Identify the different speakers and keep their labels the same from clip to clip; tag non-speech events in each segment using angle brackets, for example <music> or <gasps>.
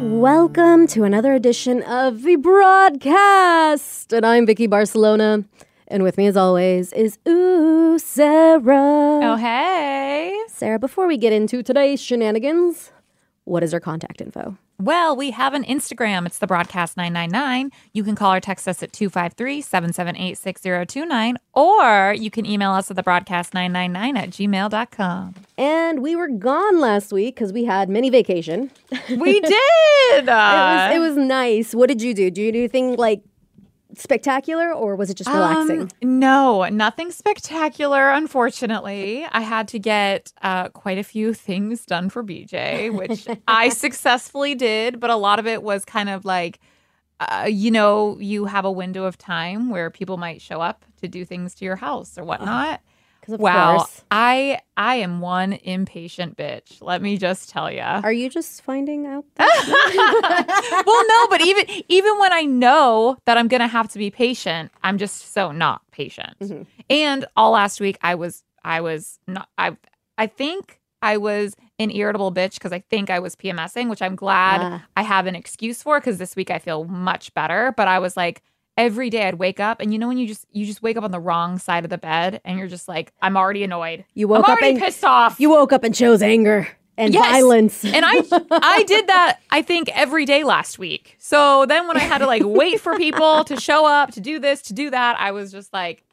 Speaker 1: Welcome to another edition of the broadcast, and I'm Vicky Barcelona, and with me, as always, is Ooh Sarah.
Speaker 2: Oh, hey.
Speaker 1: Sarah, before we get into today's shenanigans, what is our contact info?
Speaker 2: Well, we have an Instagram. It's the broadcast 999. You can call or text us at 253 778 6029, or you can email us at the broadcast 999 at gmail.com.
Speaker 1: And we were gone last week because we had mini vacation. <laughs>
Speaker 2: We did.
Speaker 1: it, was, it
Speaker 2: Uh.
Speaker 1: was nice. What did you do? Do you do anything like spectacular, or was it just relaxing?
Speaker 2: Um, no, nothing spectacular, unfortunately. I had to get uh, quite a few things done for BJ,
Speaker 1: <laughs>
Speaker 2: which I successfully did, but a lot of it was kind of like, uh, you know, you have a window of time where people might show up to do things to your house or whatnot.
Speaker 1: 'Cause of
Speaker 2: wow,
Speaker 1: course.
Speaker 2: I I am one impatient bitch. Let me just tell you.
Speaker 1: Are you just finding out? That?
Speaker 2: well, no, but even even when I know that I'm gonna have to be patient, I'm just so not patient.
Speaker 1: Mhm.
Speaker 2: And all last week, I was I was not I I think I was an irritable bitch because I think I was PMSing, which I'm glad
Speaker 1: Ah.
Speaker 2: I have an excuse for because this week I feel much better. But I was like. Every day I'd wake up and you know when you just you just wake up on the wrong side of the bed and you're just like I'm already annoyed.
Speaker 1: You woke
Speaker 2: I'm
Speaker 1: up
Speaker 2: already
Speaker 1: and
Speaker 2: pissed off.
Speaker 1: you woke up and chose anger and
Speaker 2: Yes.
Speaker 1: violence.
Speaker 2: And I I did that I think every day last week. So then when I had to like wait for people to show up, to do this, to do that, I was just like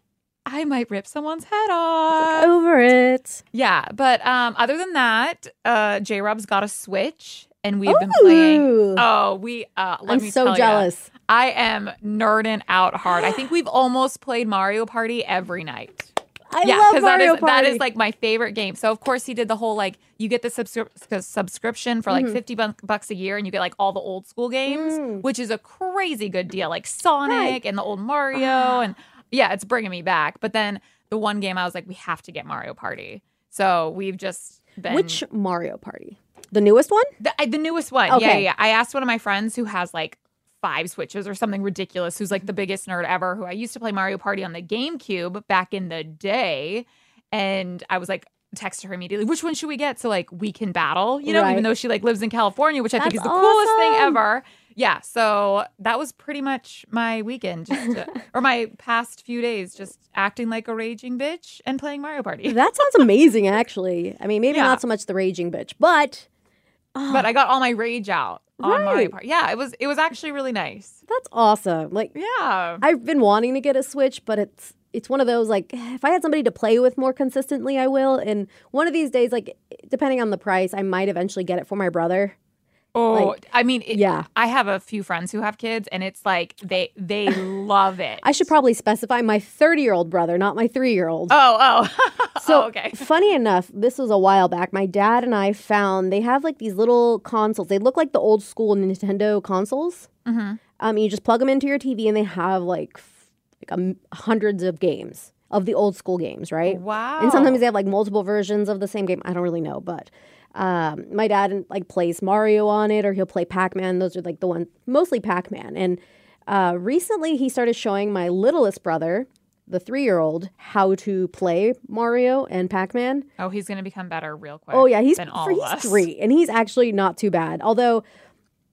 Speaker 2: I might rip someone's head off.
Speaker 1: <laughs> over it.
Speaker 2: Yeah, but um other than that, uh J Rob's got a Switch and we've been playing
Speaker 1: Ooh.
Speaker 2: Oh, we uh let
Speaker 1: I'm
Speaker 2: me
Speaker 1: so
Speaker 2: tell ya,
Speaker 1: jealous.
Speaker 2: I am nerding out hard. I think we've almost played Mario Party every night
Speaker 1: I
Speaker 2: yeah,
Speaker 1: love
Speaker 2: that
Speaker 1: Mario
Speaker 2: is that
Speaker 1: Party.
Speaker 2: is like my favorite game. So of course he did the whole like you get the subscri- s- subscription for like fifty bu- bucks a year, and you get like all the old school games,
Speaker 1: Mm-hmm. Mm.
Speaker 2: which is a crazy good deal, like Sonic and the old Mario,
Speaker 1: Ah.
Speaker 2: and yeah, it's bringing me back. But then the one game I was like, we have to get Mario Party. So we've just been
Speaker 1: which Mario Party? The newest
Speaker 2: <laughs>
Speaker 1: one?
Speaker 2: the, I- the newest one. Yeah,
Speaker 1: Okay.
Speaker 2: yeah, yeah. I asked one of my friends who has like five switches or something ridiculous, who's like the biggest nerd ever, who I used to play Mario Party on the GameCube back in the day. And I was like, text her immediately, which one should we get? So like we can battle, you know,
Speaker 1: Right.
Speaker 2: even though she like lives in California, which I think is
Speaker 1: That's
Speaker 2: the coolest thing
Speaker 1: awesome.
Speaker 2: ever. Yeah. So that was pretty much my weekend just, uh,
Speaker 1: <laughs>
Speaker 2: or my past few days, just acting like a raging bitch and playing Mario Party.
Speaker 1: That sounds amazing, actually. I mean, maybe
Speaker 2: Yeah.
Speaker 1: not so much the raging bitch, but
Speaker 2: but I got all my rage out on Mario
Speaker 1: Right.
Speaker 2: Party. Yeah, it was it was actually really nice.
Speaker 1: that's awesome. Like
Speaker 2: Yeah.
Speaker 1: I've been wanting to get a Switch, but it's it's one of those like <sighs> if I had somebody to play with more consistently, I will. And one of these days, like depending on the price, I might eventually get it for my brother.
Speaker 2: Oh,
Speaker 1: like,
Speaker 2: I mean, it,
Speaker 1: yeah.
Speaker 2: I have a few friends who have kids, and it's like they they love it.
Speaker 1: <laughs> I should probably specify my 30 year old brother, not my three year old.
Speaker 2: Oh, <laughs> oh.
Speaker 1: So,
Speaker 2: oh, okay.
Speaker 1: funny enough, this was a while back. My dad and I found they have like these little consoles. They look like the old school Nintendo consoles.
Speaker 2: hmm
Speaker 1: Um, you just plug them into your TV, and they have like f- like um, hundreds of games of the old school games, right?
Speaker 2: Wow.
Speaker 1: And sometimes they have like multiple versions of the same game. I don't really know, but um, my dad like plays Mario on it, or he'll play Pac Man. Those are like the ones mostly Pac Man. And uh, recently, he started showing my littlest brother, the three year old, how to play Mario and Pac Man.
Speaker 2: oh, he's gonna become better real quick.
Speaker 1: Oh yeah, he's
Speaker 2: than all
Speaker 1: he's
Speaker 2: of us.
Speaker 1: three, and he's actually not too bad. Although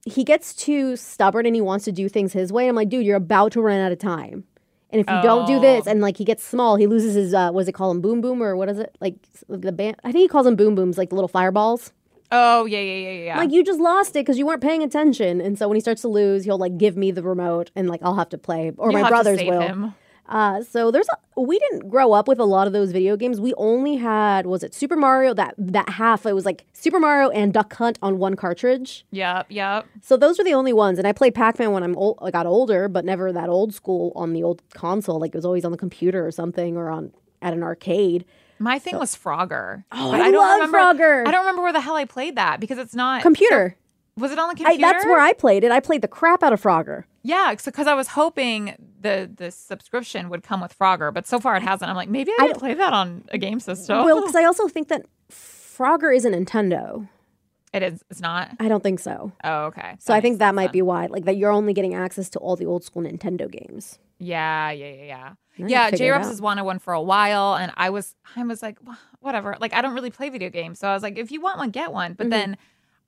Speaker 1: he gets too stubborn and he wants to do things his way. I'm like, dude, you're about to run out of time. And if you don't do this,
Speaker 2: Oh.
Speaker 1: and like he gets small, he loses his uh, what does it call him, boom boom or what is it like the band? I think he calls them boom booms, like the little fireballs.
Speaker 2: Oh yeah, yeah, yeah, yeah.
Speaker 1: Like you just lost it because you weren't paying attention. And so when he starts to lose, he'll like give me the remote, and like I'll have to play, or
Speaker 2: You'll
Speaker 1: my
Speaker 2: have to
Speaker 1: brothers
Speaker 2: save
Speaker 1: will.
Speaker 2: him.
Speaker 1: Uh, so there's a, we didn't grow up with a lot of those video games. We only had was it Super Mario that that half it was like Super Mario and Duck Hunt on one cartridge.
Speaker 2: Yep, yep.
Speaker 1: So those were the only ones. And I played Pac Man when I'm old, I got older, but never that old school on the old console. Like it was always on the computer or something or on at an arcade.
Speaker 2: My thing was Frogger. Oh,
Speaker 1: I love Frogger.
Speaker 2: I don't remember where the hell I played that because it's not
Speaker 1: Computer.
Speaker 2: Was it on
Speaker 1: I,
Speaker 2: the Uh, computer?
Speaker 1: that's where I played it. I played the crap out of
Speaker 2: <laughs>
Speaker 1: Frogger.
Speaker 2: Yeah, because I was hoping the the subscription would come with Frogger, but so far it hasn't. I'm like, maybe I can play that on a game system.
Speaker 1: Well, because I also think that Frogger is a Nintendo.
Speaker 2: <laughs> it is. It's not.
Speaker 1: I don't think so.
Speaker 2: Oh, okay.
Speaker 1: So I think that might be why, like that you're only getting access to all the old school Nintendo games.
Speaker 2: Yeah, yeah, yeah, yeah.
Speaker 1: I
Speaker 2: Yeah,
Speaker 1: figure
Speaker 2: J
Speaker 1: it
Speaker 2: Reps
Speaker 1: out.
Speaker 2: has wanted one for a while, and
Speaker 1: Mm-hmm.
Speaker 2: I was, I was like, "Wha- whatever. Like, I don't really play video games, so I was like, if you want one, get one. But then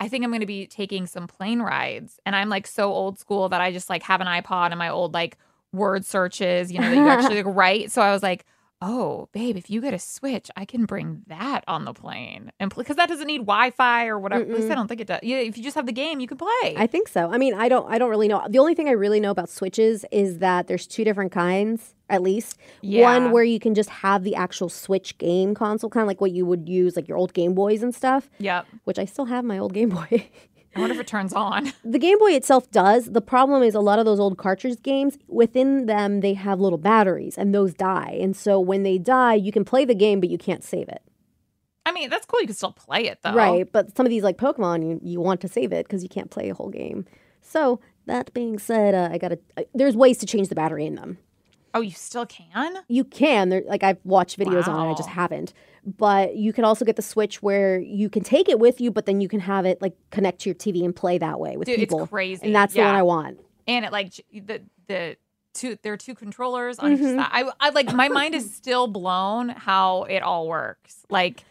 Speaker 2: I think I'm going to be taking some plane rides. And I'm like so old school that I just like have an iPod and my old like word searches, you
Speaker 1: <laughs>
Speaker 2: know, that you actually like write. So I was like, oh, babe, if you get a Switch, I can bring that on the plane. And because that doesn't need Wi Fi or whatever. At least I don't think it does. Yeah, if you just have the game, you can play.
Speaker 1: I think so. I mean, I don't I don't really know. The only thing I really know about switches is that there's two different kinds at least.
Speaker 2: Yeah.
Speaker 1: One where you can just have the actual Switch game console kind of like what you would use like your old Game Boys and stuff,
Speaker 2: yep.
Speaker 1: which I still have my old Game Boy. <laughs>
Speaker 2: I wonder if it turns on.
Speaker 1: the Game Boy itself does. The problem is a lot of those old cartridge games, within them they have little batteries and those die. And so when they die, you can play the game but you can't save it.
Speaker 2: I mean, that's cool. You can still play it though.
Speaker 1: Right, but some of these like Pokemon, you, you want to save it because you can't play a whole game. So that being said, uh, I gotta. Uh, there's ways to change the battery in them.
Speaker 2: Oh, you still can?
Speaker 1: You can. There, like I've watched videos on it, I just
Speaker 2: Wow.
Speaker 1: haven't. But you can also get the Switch where you can take it with you, but then you can have it like connect to your TV and play that way with
Speaker 2: Dude,
Speaker 1: people.
Speaker 2: it's crazy.
Speaker 1: And that's the
Speaker 2: Yeah.
Speaker 1: one I want.
Speaker 2: and it like j- the the two there are two controllers on each
Speaker 1: Mm-hmm.
Speaker 2: side. I I like my mind
Speaker 1: <coughs>
Speaker 2: is still blown how it all works. Like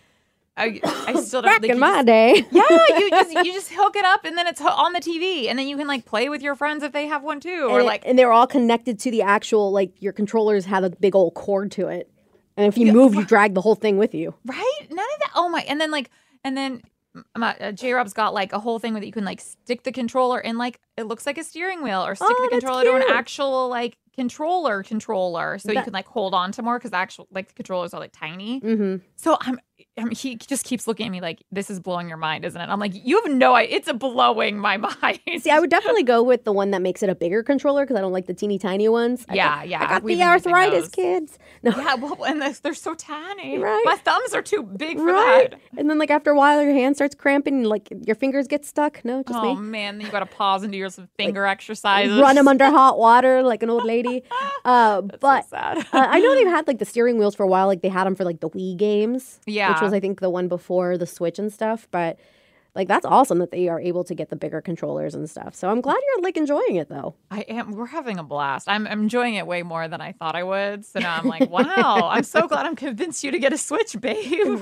Speaker 2: I
Speaker 1: <coughs>
Speaker 2: I still don't
Speaker 1: Back
Speaker 2: like,
Speaker 1: in
Speaker 2: you
Speaker 1: my
Speaker 2: just-
Speaker 1: day,
Speaker 2: yeah, <laughs>
Speaker 1: <laughs>
Speaker 2: you just you just hook it up and then it's ho- on the TV and then you can like play with your friends if they have one too or
Speaker 1: and,
Speaker 2: like
Speaker 1: and they're all connected to the actual like your controllers have a big old cord to it, and if you move, you drag the whole thing with you.
Speaker 2: right none of that oh my and then like and then m- my, uh, J Rob's got like a whole thing where you can like stick the controller in like it looks like a steering wheel or stick
Speaker 1: Oh,
Speaker 2: the
Speaker 1: that's
Speaker 2: controller to an
Speaker 1: cute.
Speaker 2: actual like controller controller so you
Speaker 1: That-
Speaker 2: can like hold on to more because actual like the controllers are like tiny
Speaker 1: hmm
Speaker 2: So I'm, I'm, he just keeps looking at me like, this is blowing your mind, isn't it? I'm like, you have no idea. It's blowing my <laughs> mind.
Speaker 1: See, I would definitely go with the one that makes it a bigger controller because I don't like the teeny tiny ones. I
Speaker 2: Yeah,
Speaker 1: got,
Speaker 2: yeah,
Speaker 1: I got
Speaker 2: we've
Speaker 1: the
Speaker 2: been using
Speaker 1: arthritis,
Speaker 2: those.
Speaker 1: kids. No,
Speaker 2: yeah, well, and they're, they're so tiny.
Speaker 1: Right.
Speaker 2: My thumbs are too big for
Speaker 1: right?
Speaker 2: that.
Speaker 1: And then, like after a while, your hand starts cramping, and like your fingers get stuck. No, just
Speaker 2: Oh
Speaker 1: me.
Speaker 2: man, then you got to pause and do your some finger exercises.
Speaker 1: Run
Speaker 2: <laughs>
Speaker 1: them under hot water like an old lady. Uh, but
Speaker 2: That's so sad.
Speaker 1: uh, I know
Speaker 2: <laughs>
Speaker 1: they've had like the steering wheels for a while. Like they had them for like the Wii games,
Speaker 2: yeah,
Speaker 1: which was I think the one before the Switch and stuff. But like that's awesome that they are able to get the bigger controllers and stuff. So I'm glad you're like enjoying it though.
Speaker 2: I am. We're having a blast. I'm, I'm enjoying it way more than I thought I would. So now I'm like, wow, I'm so glad I'm convinced you to get a switch, babe.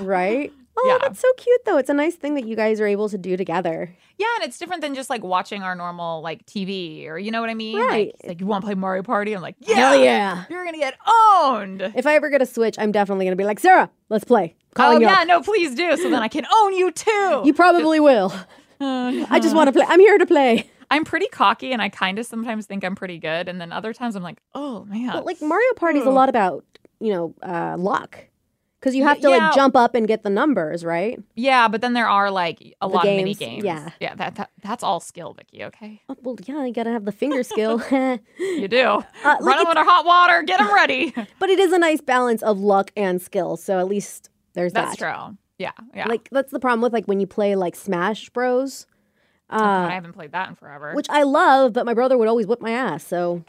Speaker 1: <laughs> right? Oh,
Speaker 2: Yeah.
Speaker 1: that's so cute, though. It's a nice thing that you guys are able to do together.
Speaker 2: Yeah, and it's different than just like watching our normal like TV or you know what I mean.
Speaker 1: Right.
Speaker 2: Like, it's like you want to play Mario Party? I'm like, yeah,
Speaker 1: yeah!
Speaker 2: You're gonna get owned.
Speaker 1: If I ever get a Switch, I'm definitely going to be like, Sarah, let's play. Calling
Speaker 2: oh
Speaker 1: you
Speaker 2: yeah,
Speaker 1: up.
Speaker 2: no, please do. So then I can own you too.
Speaker 1: You probably will. I just want to play. I'm here to <laughs> play.
Speaker 2: <laughs> I'm pretty cocky, and I kind of sometimes think I'm pretty good, and then other times I'm like, oh man.
Speaker 1: But, like, Mario Party's a lot about, you know, uh, luck. Because you have to,
Speaker 2: yeah.
Speaker 1: like, jump up and get the numbers, right?
Speaker 2: yeah, but then there are like a lot of mini
Speaker 1: games,
Speaker 2: games.
Speaker 1: yeah.
Speaker 2: yeah. That, that that's all skill, Vicky. Okay,
Speaker 1: Oh, well, yeah, you got to have the finger <laughs> skill. but
Speaker 2: you do
Speaker 1: Uh, <laughs> like
Speaker 2: Run 'em run them
Speaker 1: it's-
Speaker 2: under hot water, get them ready.
Speaker 1: it is a nice balance of luck and skill. So at least there's
Speaker 2: <laughs> that's
Speaker 1: that.
Speaker 2: true. Yeah, yeah.
Speaker 1: Like, that's the problem with, like, when you play, like, Smash Bros.
Speaker 2: Oh,
Speaker 1: Uh,
Speaker 2: I haven't played that in forever.
Speaker 1: which I love, but my brother would always whip my ass. So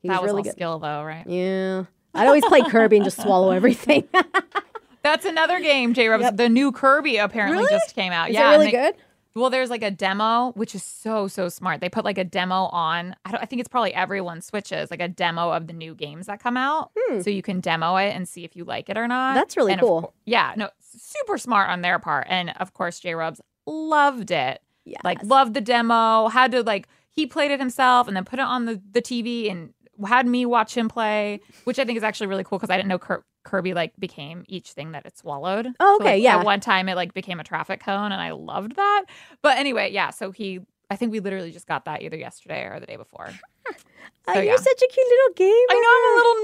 Speaker 1: he
Speaker 2: that was
Speaker 1: really
Speaker 2: all
Speaker 1: good.
Speaker 2: skill, though, right?
Speaker 1: Yeah. I'd always play Kirby and just swallow everything. <laughs> Is
Speaker 2: That's another game, J. Robs. The new Kirby apparently
Speaker 1: Really?
Speaker 2: just came out.
Speaker 1: it
Speaker 2: yeah, and
Speaker 1: really
Speaker 2: they-
Speaker 1: good?
Speaker 2: Well, there's like a demo, which is so so smart. They put like a demo on. I, don't, I think it's probably everyone switches like a demo of the new games that come out, so you can demo it and see if you like it or not.
Speaker 1: Hmm. That's really
Speaker 2: And of
Speaker 1: cool.
Speaker 2: cour- yeah, no, super smart on their part, and of course, J. Rubs loved it.
Speaker 1: Yes.
Speaker 2: Like loved the demo. Had to like he played it himself and then put it on the the TV and had me watch him play, which I think is actually really cool because I didn't know Kir- Kirby like became each thing that it swallowed.
Speaker 1: Oh,
Speaker 2: So,
Speaker 1: okay,
Speaker 2: like,
Speaker 1: yeah.
Speaker 2: At one time, it like became a traffic cone, and I loved that. But anyway, yeah. So he, I think we literally just got that either yesterday or the day before.
Speaker 1: Oh,
Speaker 2: so,
Speaker 1: you're
Speaker 2: yeah.
Speaker 1: such a cute little gamer.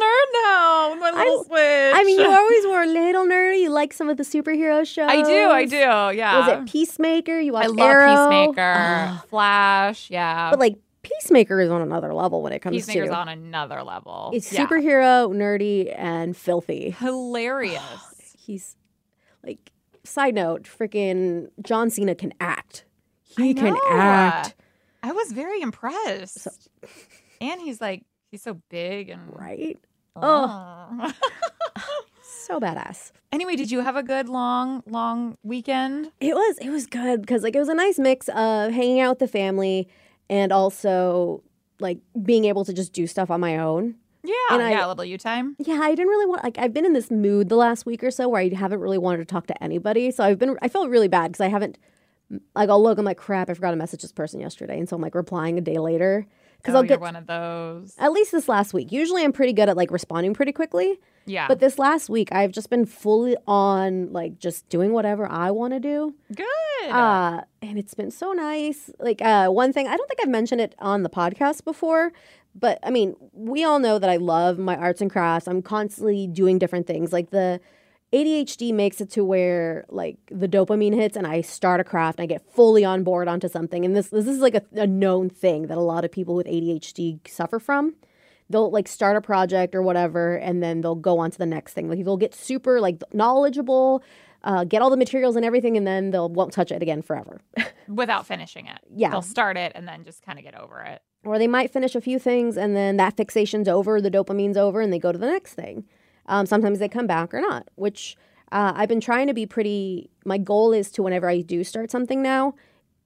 Speaker 2: I know I'm a little nerd now with my little switch.
Speaker 1: I mean, you always were a little nerdy. You like some of the superhero shows.
Speaker 2: <laughs> I do, I do. Yeah.
Speaker 1: Was it Peacemaker? You watched
Speaker 2: I love
Speaker 1: Arrow?
Speaker 2: Peacemaker,
Speaker 1: Ugh. <sighs>
Speaker 2: Flash. Yeah.
Speaker 1: but like Peacemaker is on another level when it comes
Speaker 2: Peacemaker's
Speaker 1: to
Speaker 2: on another level.
Speaker 1: it's
Speaker 2: Yeah.
Speaker 1: superhero, nerdy, and filthy.
Speaker 2: hilarious.
Speaker 1: He's like side note, freaking John Cena can act. <gasps>
Speaker 2: I
Speaker 1: He can
Speaker 2: know.
Speaker 1: act.
Speaker 2: I was very impressed. and he's like, he's so big and
Speaker 1: Right?
Speaker 2: Oh.
Speaker 1: So badass.
Speaker 2: <laughs> anyway, did you have a good long, long weekend?
Speaker 1: It was it was good because like it was a nice mix of hanging out with the family and also like being able to just do stuff on my own.
Speaker 2: Yeah,
Speaker 1: And I-
Speaker 2: Oh, yeah, little you time.
Speaker 1: Yeah, I didn't really want like I've been in this mood the last week or so where I haven't really wanted to talk to anybody. So I've been I felt really bad because I haven't like I'll look, I'm like, crap, I forgot to message this person yesterday. And so I'm like replying a day later. Because
Speaker 2: oh,
Speaker 1: I'll
Speaker 2: you're
Speaker 1: get Uh,
Speaker 2: one of those.
Speaker 1: at least this last week. Usually I'm pretty good at like responding pretty quickly.
Speaker 2: Yeah.
Speaker 1: But this last week I've just been fully on like just doing whatever I want to do.
Speaker 2: Good.
Speaker 1: Uh, and it's been so nice. Like uh, one thing, I don't think I've mentioned it on the podcast before, but I mean, we all know that I love my arts and crafts. I'm constantly doing different things. Like the ADHD makes it to where like the dopamine hits, and I start a craft and I get fully on board onto something. And this this is like a, a known thing that a lot of people with ADHD suffer from. They'll like start a project or whatever, and then they'll go on to the next thing. Like they'll get super like knowledgeable, uh, get all the materials and everything, and then they'll won't touch it again forever.
Speaker 2: Without finishing it.
Speaker 1: yeah.
Speaker 2: They'll start it and then just kind of get over it.
Speaker 1: or they might finish a few things and then that fixation's over, the dopamine's over, and they go to the next thing. Um, sometimes they come back or not, which uh, I've been trying to be pretty. My goal is to, whenever I do start something now,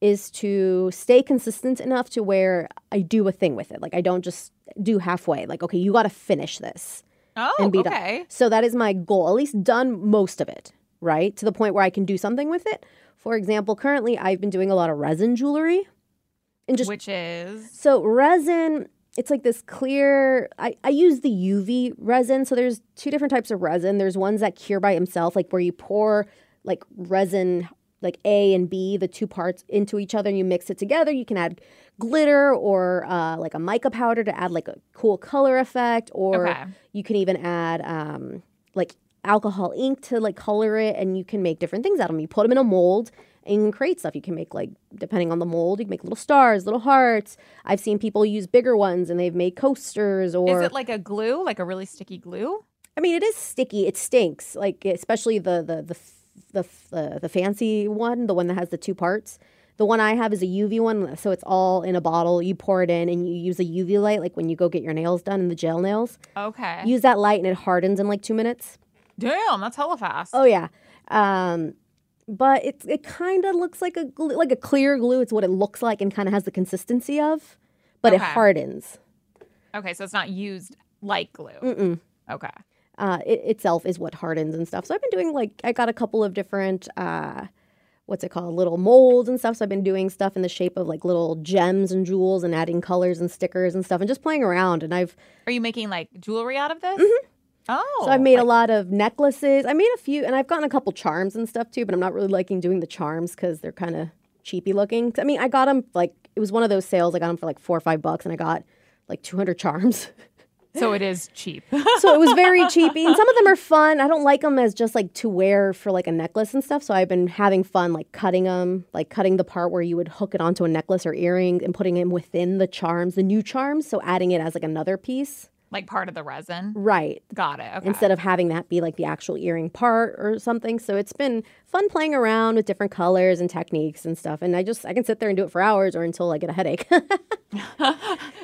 Speaker 1: is to stay consistent enough to where I do a thing with it. Like I don't just do halfway. Like, okay, you got to finish this.
Speaker 2: Oh,
Speaker 1: And be done.
Speaker 2: okay.
Speaker 1: So that is my goal, at least done most of it, right? To the point where I can do something with it. For example, currently I've been doing a lot of resin jewelry and just
Speaker 2: Which is
Speaker 1: so resin, it's like this clear. I, I use the UV resin. So there's two different types of resin. There's ones that cure by itself, like where you pour like resin, like A and B, the two parts into each other, and you mix it together. You can add glitter or uh, like a mica powder to add like a cool color effect, or
Speaker 2: Okay.
Speaker 1: you can even add um, like alcohol ink to like color it, and you can make different things out of them. You put them in a mold and you can create stuff. You can make like depending on the mold, you can make little stars, little hearts. I've seen people use bigger ones and they've made coasters or
Speaker 2: is it like a glue, like a really sticky glue?
Speaker 1: I mean, it is sticky. It stinks, like especially the the the f- the f- the, the fancy one, the one that has the two parts. The one I have is a UV one, so it's all in a bottle. You pour it in and you use a UV light, like when you go get your nails done and the gel nails.
Speaker 2: Okay.
Speaker 1: Use that light and it hardens in like two minutes.
Speaker 2: Damn, that's hella fast.
Speaker 1: Oh yeah. Um, but it it kind of looks like a glue, like a clear glue. It's what it looks like and kind of has the consistency of, but it
Speaker 2: Okay.
Speaker 1: hardens.
Speaker 2: Okay, so it's not used like glue.
Speaker 1: Mm-mm.
Speaker 2: Okay.
Speaker 1: Uh, it itself is what hardens and stuff. So I've been doing like I got a couple of different uh, what's it called, little molds and stuff. So I've been doing stuff in the shape of like little gems and jewels and adding colors and stickers and stuff and just playing around. And I've
Speaker 2: Are you making like jewelry out of this? Oh.
Speaker 1: Mm-hmm. So I've made a lot of necklaces. I made a few, and I've gotten a couple charms and stuff too. But I'm not really liking doing the charms because they're kind of cheapy looking. 'Cause, I mean, I got them like it was one of those sales. I got them for like four or five bucks, and I got like 200 charms. <laughs>
Speaker 2: so it is cheap. <laughs>
Speaker 1: so it was very cheapy. And some of them are fun. I don't like them as just like to wear for like a necklace and stuff. So I've been having fun like cutting them, like cutting the part where you would hook it onto a necklace or earring, and putting them within the charms, the new charms. So adding it as like another piece,
Speaker 2: like part of the resin.
Speaker 1: right?
Speaker 2: Got it. Okay.
Speaker 1: instead of having that be like the actual earring part or something. So it's been fun playing around with different colors and techniques and stuff. And I just I can sit there and do it for hours or until I get a headache. <laughs>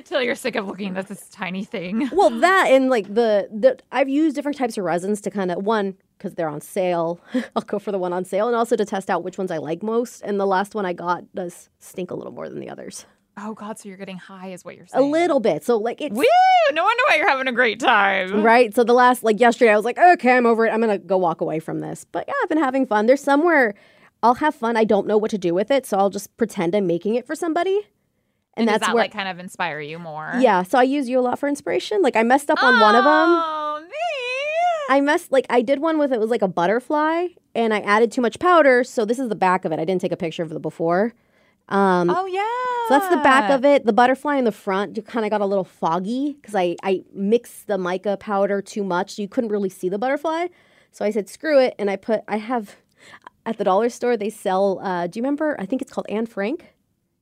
Speaker 2: Till you're sick of looking at this tiny thing. <laughs>
Speaker 1: well, that and like the the I've used different types of resins to kind of one because they're on sale. <laughs> I'll go for the one on sale and also to test out which ones I like most. And the last one I got does stink a little more than the others,
Speaker 2: Oh God, so you're getting high is what you're
Speaker 1: a
Speaker 2: saying.
Speaker 1: little bit. So like it's
Speaker 2: Woo! No wonder why you're having a great time.
Speaker 1: Right. So the last, like yesterday, I was like, okay, I'm over it. I'm going to go walk away from this. But yeah, I've been having fun. There's somewhere I'll have fun. I don't know what to do with it. So I'll just pretend I'm making it for somebody. And,
Speaker 2: Does
Speaker 1: that's
Speaker 2: that
Speaker 1: where,
Speaker 2: like kind of inspire you more?
Speaker 1: yeah. So I use you a lot for inspiration. Like I messed up on one of them.
Speaker 2: Oh me.
Speaker 1: I messed, like, I did one with it was like a butterfly and I added too much powder. So this is the back of it. I didn't take a picture of the before. Um,
Speaker 2: Oh yeah.
Speaker 1: so that's the back
Speaker 2: Ah.
Speaker 1: of it. The butterfly in the front kind of got a little foggy because I, I mixed the mica powder too much. So you couldn't really see the butterfly. So I said, screw it. And I put, I have at the dollar store, they sell, uh, do you remember? I think it's called Anne Frank.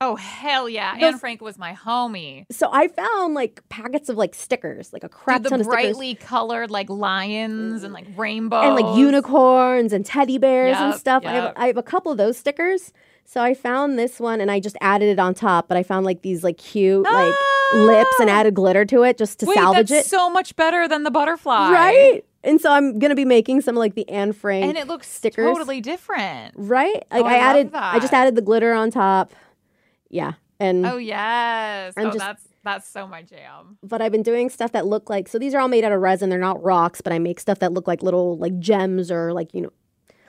Speaker 2: Oh hell yeah.
Speaker 1: Those-
Speaker 2: Anne Frank was my homie.
Speaker 1: So I found like packets of like stickers, like a crap
Speaker 2: Dude, the
Speaker 1: ton of stickers.
Speaker 2: brightly colored like lions and like rainbows
Speaker 1: and like unicorns and teddy bears and
Speaker 2: Yep,
Speaker 1: stuff. I, have,
Speaker 2: yep.
Speaker 1: I have a couple of those stickers. So I found this one and I just added it on top, but I found like these like cute like lips and
Speaker 2: Ah!
Speaker 1: added glitter to it just to
Speaker 2: Wait,
Speaker 1: salvage it.
Speaker 2: that's so much better than the butterfly,
Speaker 1: Right? And so I'm gonna be making some like the Anne Frank
Speaker 2: And it looks
Speaker 1: stickers.
Speaker 2: totally different.
Speaker 1: right. Like
Speaker 2: Oh,
Speaker 1: I,
Speaker 2: I love
Speaker 1: added, I just
Speaker 2: that.
Speaker 1: added the glitter on top. Yeah, and
Speaker 2: Oh yes.
Speaker 1: I'm
Speaker 2: oh,
Speaker 1: just-
Speaker 2: that's that's so my jam.
Speaker 1: but I've been doing stuff that look like so these are all made out of resin. They're not rocks, but I make stuff that look like little like gems or like you know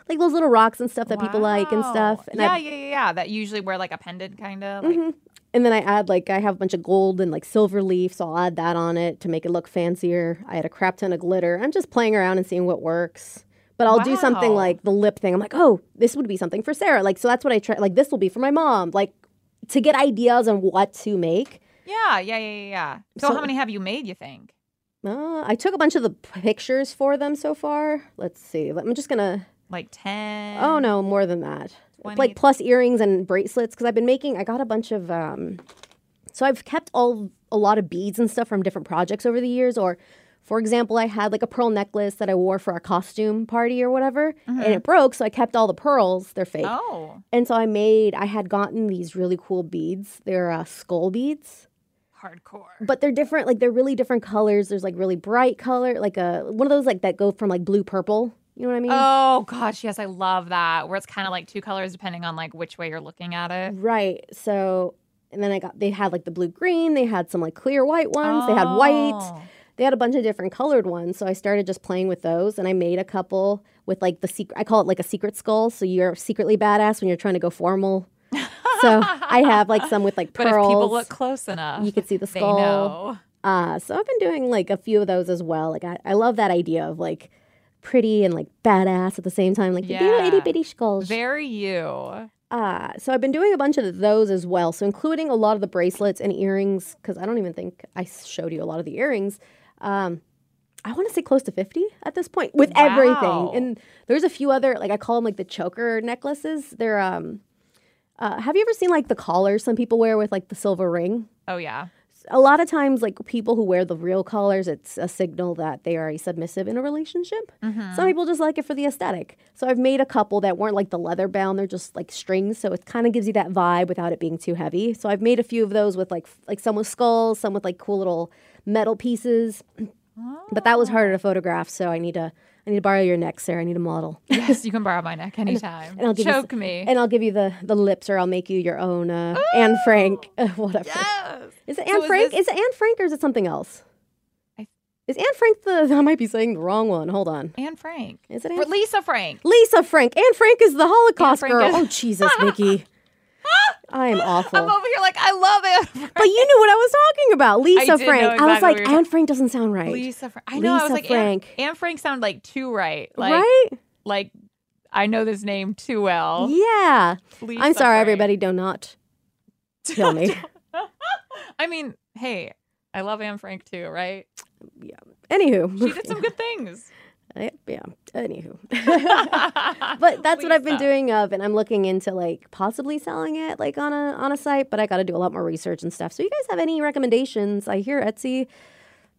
Speaker 1: like those little rocks and stuff that people like and
Speaker 2: Wow.
Speaker 1: stuff. And
Speaker 2: yeah,
Speaker 1: I,
Speaker 2: yeah, yeah, yeah. That usually wear like a pendant, kind of. Like,
Speaker 1: Mhm. And then I add like I have a bunch of gold and like silver leaf, so I'll add that on it to make it look fancier. I had a crap ton of glitter. I'm just playing around and seeing what works. But I'll do something
Speaker 2: Wow.
Speaker 1: like the lip thing. I'm like, oh, this would be something for Sarah. Like, so that's what I try. Like, this will be for my mom. Like, to get ideas on what to make.
Speaker 2: Yeah, yeah, yeah, yeah. yeah. So,
Speaker 1: So-
Speaker 2: how many have you made? You think?
Speaker 1: Uh, I took a bunch of the pictures for them so far. Let's see. I'm just gonna.
Speaker 2: Like ten?
Speaker 1: Oh no, more than that.
Speaker 2: 20.
Speaker 1: Like plus earrings and bracelets because I've been making. I got a bunch of. um So I've kept all a lot of beads and stuff from different projects over the years. Or, for example, I had like a pearl necklace that I wore for our costume party or whatever, and it broke, so I kept all the pearls. They're fake.
Speaker 2: Oh,
Speaker 1: And so I made. I had gotten these really cool beads. They're uh, skull beads
Speaker 2: hardcore.
Speaker 1: but they're different like they're really different colors there's like really bright color like a one of those like that go from like blue purple you know what i mean
Speaker 2: Oh gosh, yes, I love that. Where it's kind of like two colors depending on like which way you're looking at it.
Speaker 1: right so and then i got they had like the blue green they had some like clear white ones they had white
Speaker 2: Oh.
Speaker 1: they had a bunch of different colored ones so i started just playing with those and i made a couple with like the secret i call it like a secret skull so you're secretly badass when you're trying to go formal so i have like some with like
Speaker 2: <laughs> But
Speaker 1: pearls
Speaker 2: if people look close enough,
Speaker 1: you can see the
Speaker 2: <laughs> they
Speaker 1: skull
Speaker 2: know.
Speaker 1: Uh, so I've been doing like a few of those as well. Like I, I love that idea of like pretty and like badass at the same time, like the little
Speaker 2: Yeah.
Speaker 1: itty bitty skulls.
Speaker 2: Very you.
Speaker 1: uh, so I've been doing a bunch of those as well. So including a lot of the bracelets and earrings, because I don't even think I showed you a lot of the earrings. Um, I want to say close to 50 at this point with
Speaker 2: Wow.
Speaker 1: everything. And there's a few other, like I call them like the choker necklaces. They're, um, uh, have you ever seen like the collars some people wear with like the silver ring?
Speaker 2: Oh yeah.
Speaker 1: a lot of times like people who wear the real colors it's a signal that they are a submissive in a relationship some people just like it for the aesthetic so i've made a couple that weren't like the leather bound they're just like strings so it kind of gives you that vibe without it being too heavy so i've made a few of those with like f- like some with skulls some with like cool little metal pieces but that was harder to photograph so i need to i need to borrow your neck sarah i need a model
Speaker 2: Yes, <laughs> you can borrow my neck anytime.
Speaker 1: and I'll give you
Speaker 2: Choke me.
Speaker 1: and i'll give you the the lips or i'll make you your own uh, anne frank <laughs> whatever
Speaker 2: yes.
Speaker 1: is it
Speaker 2: So
Speaker 1: Anne
Speaker 2: is
Speaker 1: Frank?
Speaker 2: this-
Speaker 1: Is it Anne Frank or is it something else?
Speaker 2: I-
Speaker 1: Is Anne Frank the? <laughs> I might be saying the wrong one. Hold on.
Speaker 2: Anne Frank.
Speaker 1: Is it
Speaker 2: For
Speaker 1: Anne?
Speaker 2: Lisa Frank.
Speaker 1: Lisa Frank. Anne Frank is the Holocaust
Speaker 2: Frank
Speaker 1: girl.
Speaker 2: is-
Speaker 1: Oh
Speaker 2: <laughs>
Speaker 1: Jesus, Mickey. I am
Speaker 2: I'm
Speaker 1: awful.
Speaker 2: over here like I love Anne Frank.
Speaker 1: But you knew what I was talking about,
Speaker 2: did know
Speaker 1: Lisa Frank. I was
Speaker 2: exactly
Speaker 1: like,
Speaker 2: what you were-
Speaker 1: Anne Frank doesn't sound right,
Speaker 2: Lisa Frank. I know. I was
Speaker 1: Lisa
Speaker 2: like Anne-
Speaker 1: Frank.
Speaker 2: Anne, Frank sounded like too right. Like
Speaker 1: right?
Speaker 2: like I know this name too well.
Speaker 1: Yeah.
Speaker 2: Lisa
Speaker 1: I'm sorry,
Speaker 2: Frank.
Speaker 1: everybody. Do
Speaker 2: <laughs>
Speaker 1: not kill me.
Speaker 2: I mean, hey, I love Anne Frank too, right?
Speaker 1: Anywho,
Speaker 2: She did some good things.
Speaker 1: <laughs> I- yeah.
Speaker 2: <laughs>
Speaker 1: Anywho. but that's what I've been
Speaker 2: Lisa.
Speaker 1: doing of, and I'm looking into like possibly selling it like on a on a site, but I got to do a lot more research and stuff. So you guys have any recommendations? I hear Etsy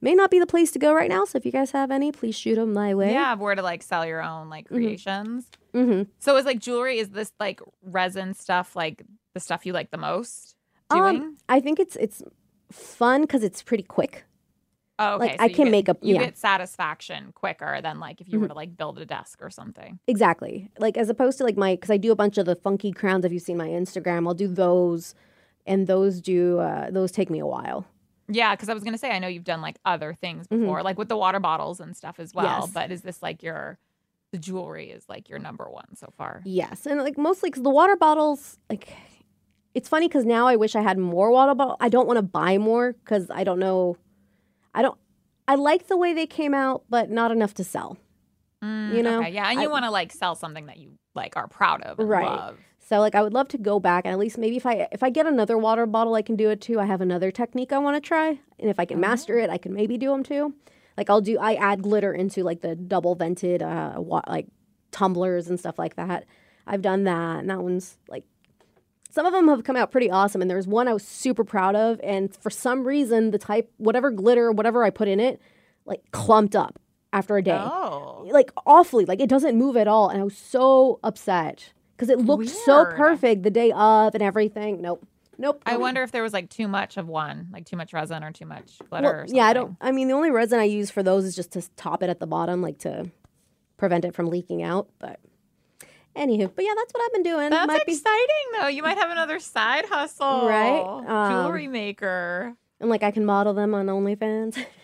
Speaker 1: may not be the place to go right now. So if you guys have any, please shoot them my way.
Speaker 2: Yeah, where to like sell your own like
Speaker 1: Mm-hmm.
Speaker 2: creations.
Speaker 1: hmm
Speaker 2: So is like jewelry, is this like resin stuff like the stuff you like the most doing?
Speaker 1: Um, I think it's it's fun because it's pretty quick.
Speaker 2: oh, okay.
Speaker 1: like,
Speaker 2: so
Speaker 1: I
Speaker 2: you
Speaker 1: can
Speaker 2: get-
Speaker 1: make a-
Speaker 2: you
Speaker 1: yeah. Mm-hmm.
Speaker 2: get satisfaction quicker than like if you were to like build a desk or something.
Speaker 1: Exactly. Like as opposed to like my because I do a bunch of the funky crowns. If you've seen my Instagram, I'll do those, and those do uh, those take me a while.
Speaker 2: Yeah, because I was gonna say I know you've done like other things before, like with the water bottles and stuff as well.
Speaker 1: Mm-hmm. Yes.
Speaker 2: But is this like your the jewelry is like your number one so far?
Speaker 1: Yes, and like mostly because the water bottles, like it's funny because now I wish I had more water bottles. I don't want to buy more because I don't know. I don't. I like the way they came out, but not enough to sell.
Speaker 2: Mm,
Speaker 1: You know,
Speaker 2: okay, yeah, and you
Speaker 1: I-
Speaker 2: want to like sell something that you like are proud of, and
Speaker 1: Right.
Speaker 2: Love.
Speaker 1: So like I would love to go back and at least maybe if I if I get another water bottle, I can do it too. I have another technique I want to try, and if I can master it, I can maybe do them too. Like I'll do. I add glitter into like the double vented uh wa- like tumblers and stuff like that. I've done that, and that one's like some of them have come out pretty awesome. And there was one I was super proud of, and for some reason, the type whatever glitter whatever I put in it, like clumped up after a day
Speaker 2: Oh,
Speaker 1: like awfully like it doesn't move at all and i was so upset because it looked so
Speaker 2: Weird.
Speaker 1: perfect the day of and everything nope nope
Speaker 2: I
Speaker 1: nope.
Speaker 2: wonder if there was like too much of one, like too much resin or too much glitter.
Speaker 1: well,
Speaker 2: or
Speaker 1: yeah i
Speaker 2: something.
Speaker 1: don't i mean the only resin i use for those is just to top it at the bottom like to prevent it from leaking out but anywho but yeah that's what i've been doing
Speaker 2: That's
Speaker 1: might be
Speaker 2: exciting though. You might have another side hustle,
Speaker 1: Right? um,
Speaker 2: jewelry maker.
Speaker 1: and like i can model them on onlyfans <laughs>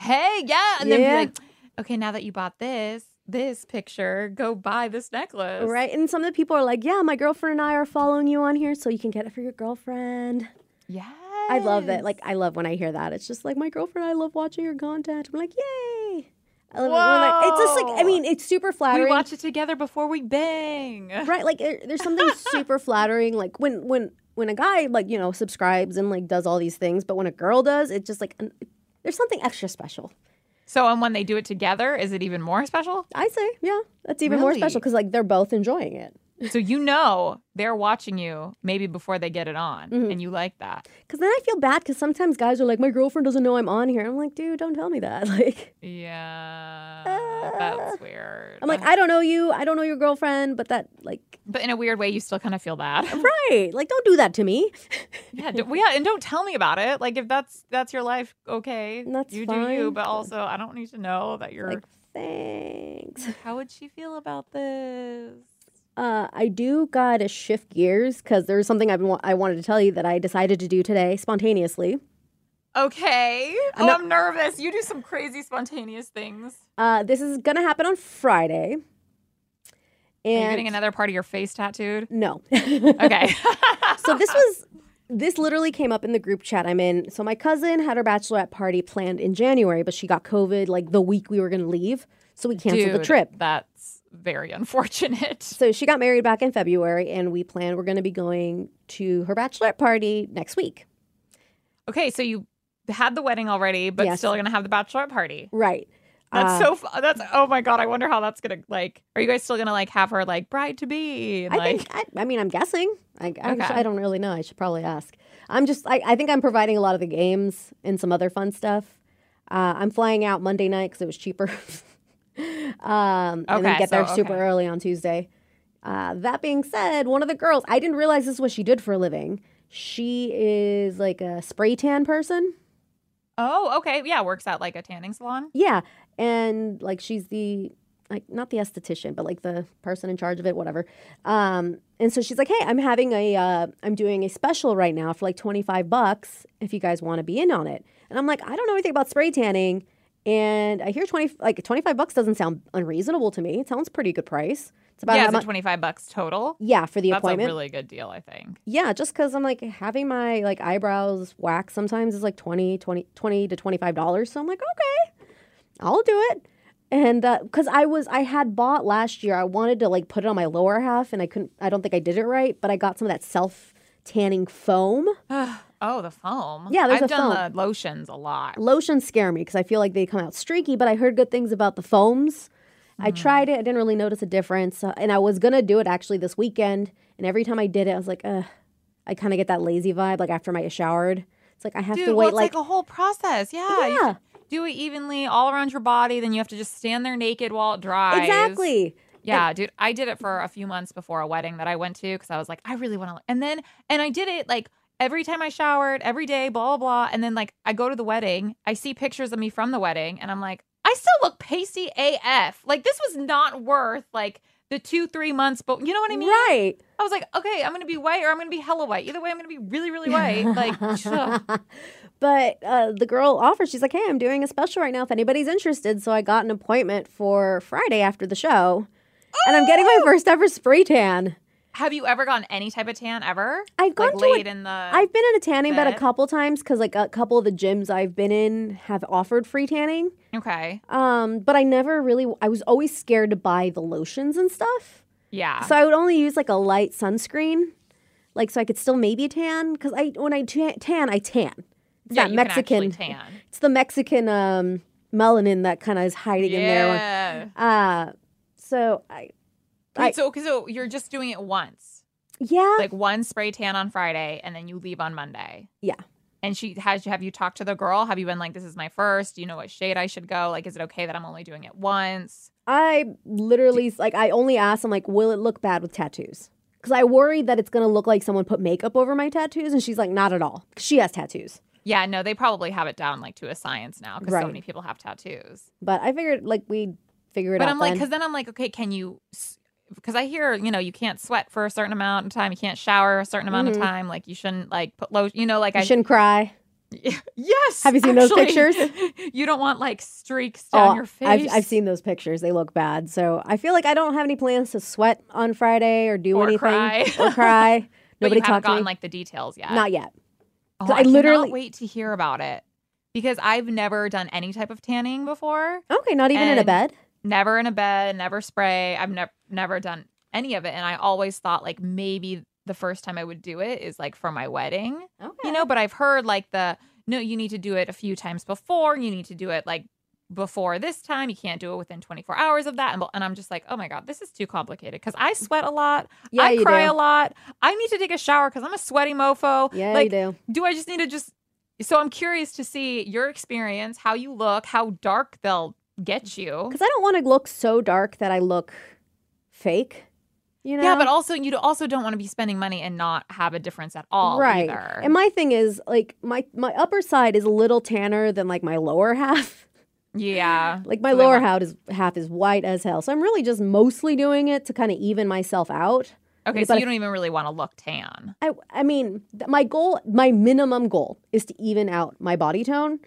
Speaker 2: Hey, yeah, and then be
Speaker 1: Yeah.
Speaker 2: like, okay, now that you bought this, this picture, go buy this necklace.
Speaker 1: Right. And some of the people are like, yeah, my girlfriend and I are following you on here, so you can get it for your girlfriend.
Speaker 2: Yeah.
Speaker 1: I love that. Like, I love when I hear that. It's just like, my girlfriend, and I love watching your content. I'm like, yay. I love it when I- it's just like, I
Speaker 2: Whoa.
Speaker 1: mean, it's super
Speaker 2: we
Speaker 1: flattering.
Speaker 2: watch it together before we bang.
Speaker 1: <laughs> right like there- there's
Speaker 2: <laughs>
Speaker 1: something super flattering like when when when a guy like you know subscribes and like does all these things but when a girl does it's just like an, there's something extra special
Speaker 2: So, and when they do it together, is it even more special?
Speaker 1: i say yeah that's even more
Speaker 2: Really?
Speaker 1: special because like they're both enjoying it
Speaker 2: So you know they're watching you maybe before they get it on,
Speaker 1: Mm-hmm.
Speaker 2: and you like that.
Speaker 1: because then i feel bad because sometimes guys are like my girlfriend doesn't know i'm on here i'm like dude don't tell me that <laughs> like
Speaker 2: Yeah,
Speaker 1: Uh,
Speaker 2: that's weird.
Speaker 1: i'm like i don't know you i don't know your girlfriend but that like
Speaker 2: but in a weird way, you still kind of feel bad.
Speaker 1: right like don't do that to me <laughs>
Speaker 2: yeah, do, well, yeah, and don't tell me about it. Like if that's that's your life, okay,
Speaker 1: That's
Speaker 2: you do you.
Speaker 1: fine.
Speaker 2: But also, I don't need to know that you're.
Speaker 1: like thanks <laughs>
Speaker 2: how would she feel about this?
Speaker 1: Uh, I do gotta shift gears because there's something I've been wa- I wanted to tell you that I decided to do today spontaneously.
Speaker 2: Okay.
Speaker 1: I'm
Speaker 2: oh,
Speaker 1: not-
Speaker 2: I'm nervous. You do some crazy spontaneous things.
Speaker 1: Uh, this is gonna happen on Friday.
Speaker 2: Are you
Speaker 1: And
Speaker 2: getting another part of your face
Speaker 1: <laughs>
Speaker 2: tattooed? <laughs>
Speaker 1: no.
Speaker 2: Okay.
Speaker 1: so this was this literally came up in the group chat I'm in. So my cousin had her bachelorette party planned in January, but she got COVID like the week we were gonna leave, so we canceled the
Speaker 2: Dude,
Speaker 1: trip.
Speaker 2: That's very unfortunate. <laughs>
Speaker 1: So she got married back in February, and we plan we're gonna be going to her bachelorette party next week.
Speaker 2: Okay, so you had the wedding already, but
Speaker 1: Yes.
Speaker 2: still gonna have the bachelorette party.
Speaker 1: Right.
Speaker 2: That's
Speaker 1: Uh,
Speaker 2: so. Fu- that's oh my god! I wonder how that's gonna like. Are you guys still gonna like have her like bride to be?
Speaker 1: I
Speaker 2: like,
Speaker 1: think I, I mean I'm guessing. I I,
Speaker 2: Okay.
Speaker 1: I don't really know. I should probably ask. I'm just I, I think I'm providing a lot of the games and some other fun stuff. Uh, I'm flying out Monday night because it was cheaper. <laughs> um, and then
Speaker 2: Okay,
Speaker 1: get there
Speaker 2: so-
Speaker 1: super
Speaker 2: okay.
Speaker 1: early on Tuesday. Uh, that being said, one of the girls I didn't realize this is what she did for a living. She is like a spray tan person.
Speaker 2: oh, okay, yeah, works at like a tanning salon.
Speaker 1: Yeah, and like she's the like not the esthetician, but like the person in charge of it, whatever. Um, and so she's like, "Hey, I'm having a uh, I'm doing a special right now for like 25 bucks if you guys want to be in on it." And I'm like, "I don't know anything about spray tanning." And I hear 20 like 25 bucks doesn't sound unreasonable to me. It sounds pretty good price. It's about
Speaker 2: yeah,
Speaker 1: how
Speaker 2: it's a
Speaker 1: much
Speaker 2: twenty five bucks total.
Speaker 1: Yeah, for the
Speaker 2: That's a
Speaker 1: appointment.
Speaker 2: really good deal, I think.
Speaker 1: yeah, just cuz I'm like having my like eyebrows waxed sometimes is like 20 20 20 to 25 dollars. So I'm like, "Okay, I'll do it. And because I was, I had bought last year, I wanted to like put it on my lower half, and I couldn't, I don't think I did it right, but I got some of that self tanning foam.
Speaker 2: oh, the foam.
Speaker 1: Yeah, there's
Speaker 2: I've
Speaker 1: a
Speaker 2: done
Speaker 1: foam.
Speaker 2: the lotions a lot.
Speaker 1: Lotions scare me because I feel like they come out streaky, but I heard good things about the foams. I
Speaker 2: Hmm.
Speaker 1: tried it, I didn't really notice a difference, uh, and I was gonna do it actually this weekend. And every time I did it, I was like, Ugh. I kind of get that lazy vibe, like after I showered. It's like I have
Speaker 2: Dude,
Speaker 1: to
Speaker 2: well,
Speaker 1: wait,
Speaker 2: it's like, a whole process. Yeah, you
Speaker 1: Yeah.
Speaker 2: should do it evenly all around your body. Then you have to just stand there naked while it dries.
Speaker 1: exactly.
Speaker 2: Yeah, dude, I did it for a few months before a wedding that I went to because I was like, I really want to. And then, and I did it like every time I showered, every day, blah, blah, blah. And then, like, I go to the wedding, I see pictures of me from the wedding, and I'm like, I still look pasty AF. Like, this was not worth like the two, three months, but you know what I mean?
Speaker 1: Right.
Speaker 2: I was like, okay, I'm going to be white or I'm going to be hella white. Either way, I'm going to be really, really white. Like, <laughs> ugh.
Speaker 1: <laughs> but uh, the girl offered, she's like, hey, I'm doing a special right now if anybody's interested. So I got an appointment for Friday after the show. And I'm getting my
Speaker 2: Oh!
Speaker 1: first ever spray tan.
Speaker 2: have you ever gotten any type of tan ever?
Speaker 1: I've gone
Speaker 2: like,
Speaker 1: to a-
Speaker 2: laid in the.
Speaker 1: I've been in a tanning bed a
Speaker 2: Bet.
Speaker 1: couple times because, like, a couple of the gyms I've been in have offered free tanning.
Speaker 2: okay.
Speaker 1: Um, but I never really, I was always scared to buy the lotions and stuff.
Speaker 2: Yeah.
Speaker 1: So I would only use like a light sunscreen, like so I could still maybe tan. Because I when I ta- tan, I tan. It's
Speaker 2: yeah,
Speaker 1: that
Speaker 2: you can actually
Speaker 1: Mexican
Speaker 2: tan.
Speaker 1: It's the Mexican um, melanin that kind of is hiding in there.
Speaker 2: Yeah.
Speaker 1: Uh, so I,
Speaker 2: Wait,
Speaker 1: I-
Speaker 2: so, 'cause so you're just doing it once,
Speaker 1: yeah,
Speaker 2: like one spray tan on Friday, and then you leave on Monday.
Speaker 1: Yeah.
Speaker 2: And she has. Have you talked to the girl? Have you been like, "This is my first. Do you know what shade I should go? Like, is it okay that I'm only doing it once?"
Speaker 1: I literally like I only asked. I'm like, will it look bad with tattoos? Because I worried that it's gonna look like someone put makeup over my tattoos, and she's like, not at all. 'Cause she has tattoos,
Speaker 2: Yeah, no, they probably have it down like to a science now because
Speaker 1: Right.
Speaker 2: so many people have tattoos.
Speaker 1: but I figured like we'd figure it
Speaker 2: But
Speaker 1: out.
Speaker 2: I'm like,
Speaker 1: then.
Speaker 2: because then I'm like, okay, can you? Because I hear, you know, you can't sweat for a certain amount of time, you can't shower a certain amount
Speaker 1: Mhm.
Speaker 2: of time, like you shouldn't like put lotion, you know, like I
Speaker 1: you shouldn't cry.
Speaker 2: Yes.
Speaker 1: Have you seen those pictures?
Speaker 2: <laughs>
Speaker 1: Oh,
Speaker 2: You don't want like streaks down your face.
Speaker 1: I've, I've seen those pictures. They look bad. So I feel like I don't have any plans to sweat on Friday or do
Speaker 2: Or
Speaker 1: anything
Speaker 2: cry.
Speaker 1: or cry.
Speaker 2: <laughs> but
Speaker 1: Nobody
Speaker 2: you haven't
Speaker 1: talked to
Speaker 2: gotten
Speaker 1: me.
Speaker 2: like the details yet.
Speaker 1: Not yet.
Speaker 2: Oh,
Speaker 1: So I
Speaker 2: I,
Speaker 1: literally-
Speaker 2: cannot wait to hear about it because I've never done any type of tanning before.
Speaker 1: Okay, not even in a
Speaker 2: And-
Speaker 1: bed.
Speaker 2: Never in a bed, never spray. I've never never done any of it, and I always thought like maybe the first time I would do it is like for my wedding,
Speaker 1: Okay.
Speaker 2: you know. But I've heard like the no, you need to do it a few times before. You need to do it like before this time. You can't do it within 24 hours of that. And, and I'm just like, oh my god, this is too complicated because I sweat a lot.
Speaker 1: yeah,
Speaker 2: I
Speaker 1: you
Speaker 2: cry
Speaker 1: do.
Speaker 2: a lot. I need to take a shower because I'm a sweaty mofo.
Speaker 1: Yeah,
Speaker 2: like,
Speaker 1: you do.
Speaker 2: do I just need to just so I'm curious to see your experience, how you look, how dark they'll get you.
Speaker 1: Because I don't want to look so dark that I look fake. You know.
Speaker 2: Yeah, but also you also don't want to be spending money and not have a difference at all
Speaker 1: right.
Speaker 2: either.
Speaker 1: And my thing is like my my upper side is a little tanner than like my lower <laughs> half.
Speaker 2: yeah.
Speaker 1: Like my
Speaker 2: So they
Speaker 1: lower
Speaker 2: want-
Speaker 1: half is half is white as hell. So I'm really just mostly doing it to kind of even myself out.
Speaker 2: Okay,
Speaker 1: But
Speaker 2: so
Speaker 1: I-
Speaker 2: you don't even really want to look tan.
Speaker 1: I I mean, th- my goal, my minimum goal is to even out my body tone,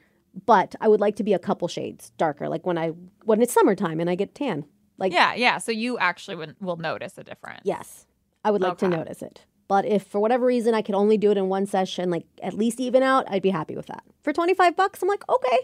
Speaker 1: but I would like to be a couple shades darker like when I when it's summertime and I get tan. Like
Speaker 2: Yeah, yeah. So you actually would, will notice a difference.
Speaker 1: yes, I would like to
Speaker 2: Okay.
Speaker 1: notice it. But if for whatever reason I could only do it in one session, like at least even out, I'd be happy with that. For 25 bucks, I'm like, okay,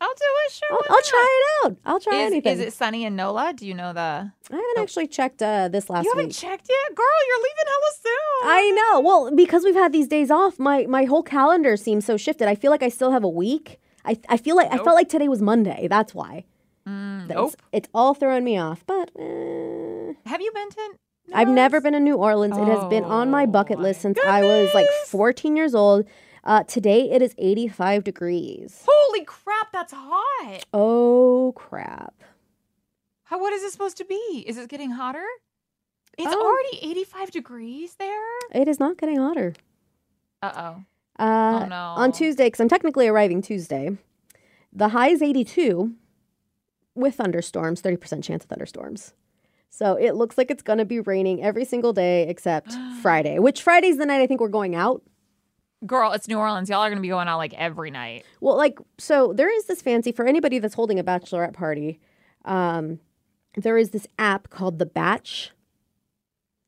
Speaker 2: I'll do it. Sure.
Speaker 1: I'll,
Speaker 2: why
Speaker 1: I'll try it out. I'll try
Speaker 2: not?
Speaker 1: anything.
Speaker 2: Oh, Is, is it sunny in NOLA? Do you know the?
Speaker 1: I haven't actually checked uh, this last
Speaker 2: you haven't
Speaker 1: week.
Speaker 2: checked yet, girl. You're leaving hella soon.
Speaker 1: I know. Well, because we've had these days off, my my whole calendar seems so shifted. I feel like I still have a week. I I feel like I felt
Speaker 2: Nope.
Speaker 1: like today was Monday. That's why.
Speaker 2: Mm,
Speaker 1: That's-
Speaker 2: nope.
Speaker 1: It's, all throwing me off. But eh,
Speaker 2: Have you been to? New
Speaker 1: I've never
Speaker 2: Orleans?
Speaker 1: been to New Orleans. it has been on my
Speaker 2: Oh,
Speaker 1: bucket list
Speaker 2: my
Speaker 1: since I was like
Speaker 2: goodness.
Speaker 1: 14 years old. Uh, today it is 85 degrees.
Speaker 2: Holy crap, that's hot.
Speaker 1: Oh crap!
Speaker 2: How, what is it supposed to be? Is it getting hotter? It's
Speaker 1: Oh.
Speaker 2: already 85 degrees there.
Speaker 1: It is not getting hotter.
Speaker 2: Uh oh.
Speaker 1: Uh,
Speaker 2: oh no.
Speaker 1: on Tuesday, because I'm technically arriving Tuesday. The high is 82 with thunderstorms, 30% chance of thunderstorms. So it looks like it's going to be raining every single day except Friday, which Friday's the night I think we're going out.
Speaker 2: Girl, it's New Orleans. Y'all are going to be going out like every night.
Speaker 1: Well, like, so there is this fancy for anybody that's holding a bachelorette party. Um, there is this app called The Batch,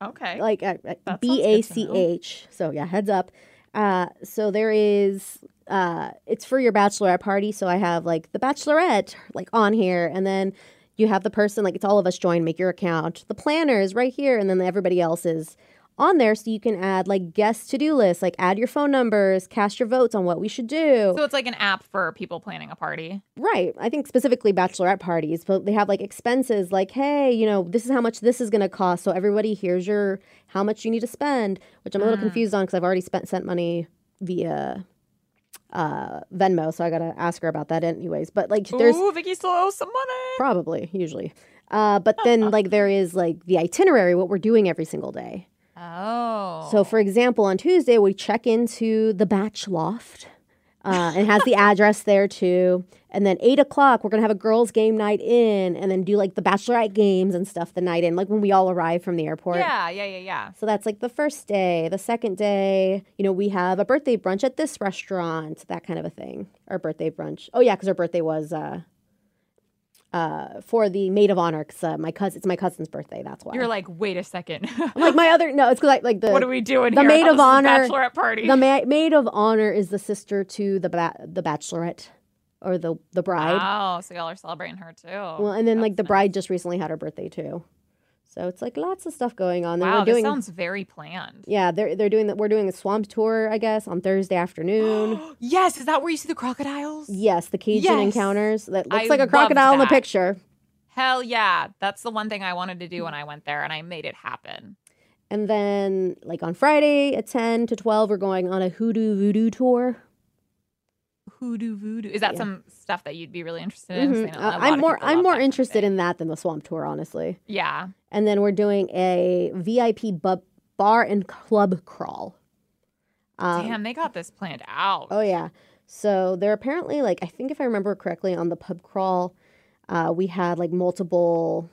Speaker 2: Okay.
Speaker 1: like uh, uh,
Speaker 2: That sounds good to
Speaker 1: B
Speaker 2: know.
Speaker 1: A C H. So yeah, heads up. Uh, so there is uh, it's for your bachelorette party. So I have like the bachelorette like on here, and then you have the person like it's all of us join, make your account. The planner is right here, and then everybody else is on there, so you can add like guest to do lists, like add your phone numbers, cast your votes on what we should do.
Speaker 2: so it's like an app for people planning a party.
Speaker 1: Right. I think specifically bachelorette parties, but they have like expenses like, hey, you know, this is how much this is going to cost. So everybody, here's your how much you need to spend, which I'm a little
Speaker 2: Mm.
Speaker 1: confused on because I've already spent sent money via uh, Venmo. So I got to ask her about that anyways. But like, there's
Speaker 2: Ooh, Vicky still owes some money.
Speaker 1: probably usually. Uh, but then like there is like the itinerary, what we're doing every single day.
Speaker 2: Oh.
Speaker 1: So, for example, on Tuesday, we check into the Batch Loft uh, and it has the address there too. And then eight o'clock, we're going to have a girls' game night in and then do like the bachelorette games and stuff the night in, like when we all arrive from the airport.
Speaker 2: Yeah, yeah, yeah, yeah.
Speaker 1: So that's like the first day. The second day, you know, we have a birthday brunch at this restaurant, that kind of a thing. Our birthday brunch. Oh, yeah, because our birthday was. Uh, uh, for the maid of honor, because uh, my cousin, it's my cousin's birthday. That's why.
Speaker 2: You're like, wait a second. <laughs>
Speaker 1: like my other no, it's because like the
Speaker 2: what are we doing
Speaker 1: the
Speaker 2: here?
Speaker 1: maid
Speaker 2: Oh,
Speaker 1: of
Speaker 2: this is a
Speaker 1: honor-
Speaker 2: Bachelorette party.
Speaker 1: the ma- maid of honor is the sister to the ba- the bachelorette or the the bride.
Speaker 2: Wow. Oh, So y'all are celebrating her too.
Speaker 1: well, and then like the
Speaker 2: Oh, that's
Speaker 1: bride just recently had her birthday too, so it's like lots of stuff going on. Then
Speaker 2: Wow,
Speaker 1: we're doing
Speaker 2: this sounds very planned.
Speaker 1: yeah, they're they're doing that. We're doing a swamp tour, I guess, on Thursday
Speaker 2: <gasps>
Speaker 1: afternoon.
Speaker 2: yes, is that where you see the crocodiles?
Speaker 1: yes, the Cajun
Speaker 2: Yes.
Speaker 1: encounters that looks
Speaker 2: I
Speaker 1: like a
Speaker 2: love
Speaker 1: crocodile in the
Speaker 2: that.
Speaker 1: picture,
Speaker 2: Hell yeah. That's the one thing I wanted to do when I went there and I made it happen.
Speaker 1: and then like on Friday at ten to twelve, we're going on a hoodoo voodoo tour.
Speaker 2: Hoodoo voodoo. Is that
Speaker 1: Yeah.
Speaker 2: some stuff that you'd be really interested in? 'Cause I
Speaker 1: Mhm.
Speaker 2: know a
Speaker 1: Uh,
Speaker 2: lot
Speaker 1: I'm
Speaker 2: of
Speaker 1: more
Speaker 2: people
Speaker 1: I'm
Speaker 2: love
Speaker 1: more
Speaker 2: that kind of
Speaker 1: interested
Speaker 2: thing.
Speaker 1: in that than the swamp tour, honestly.
Speaker 2: Yeah.
Speaker 1: And then we're doing a VIP bu- bar and club crawl. Um,
Speaker 2: Damn, they got this planned out.
Speaker 1: Oh, yeah. So they're apparently, like, I think if I remember correctly, on the pub crawl, uh, we had like multiple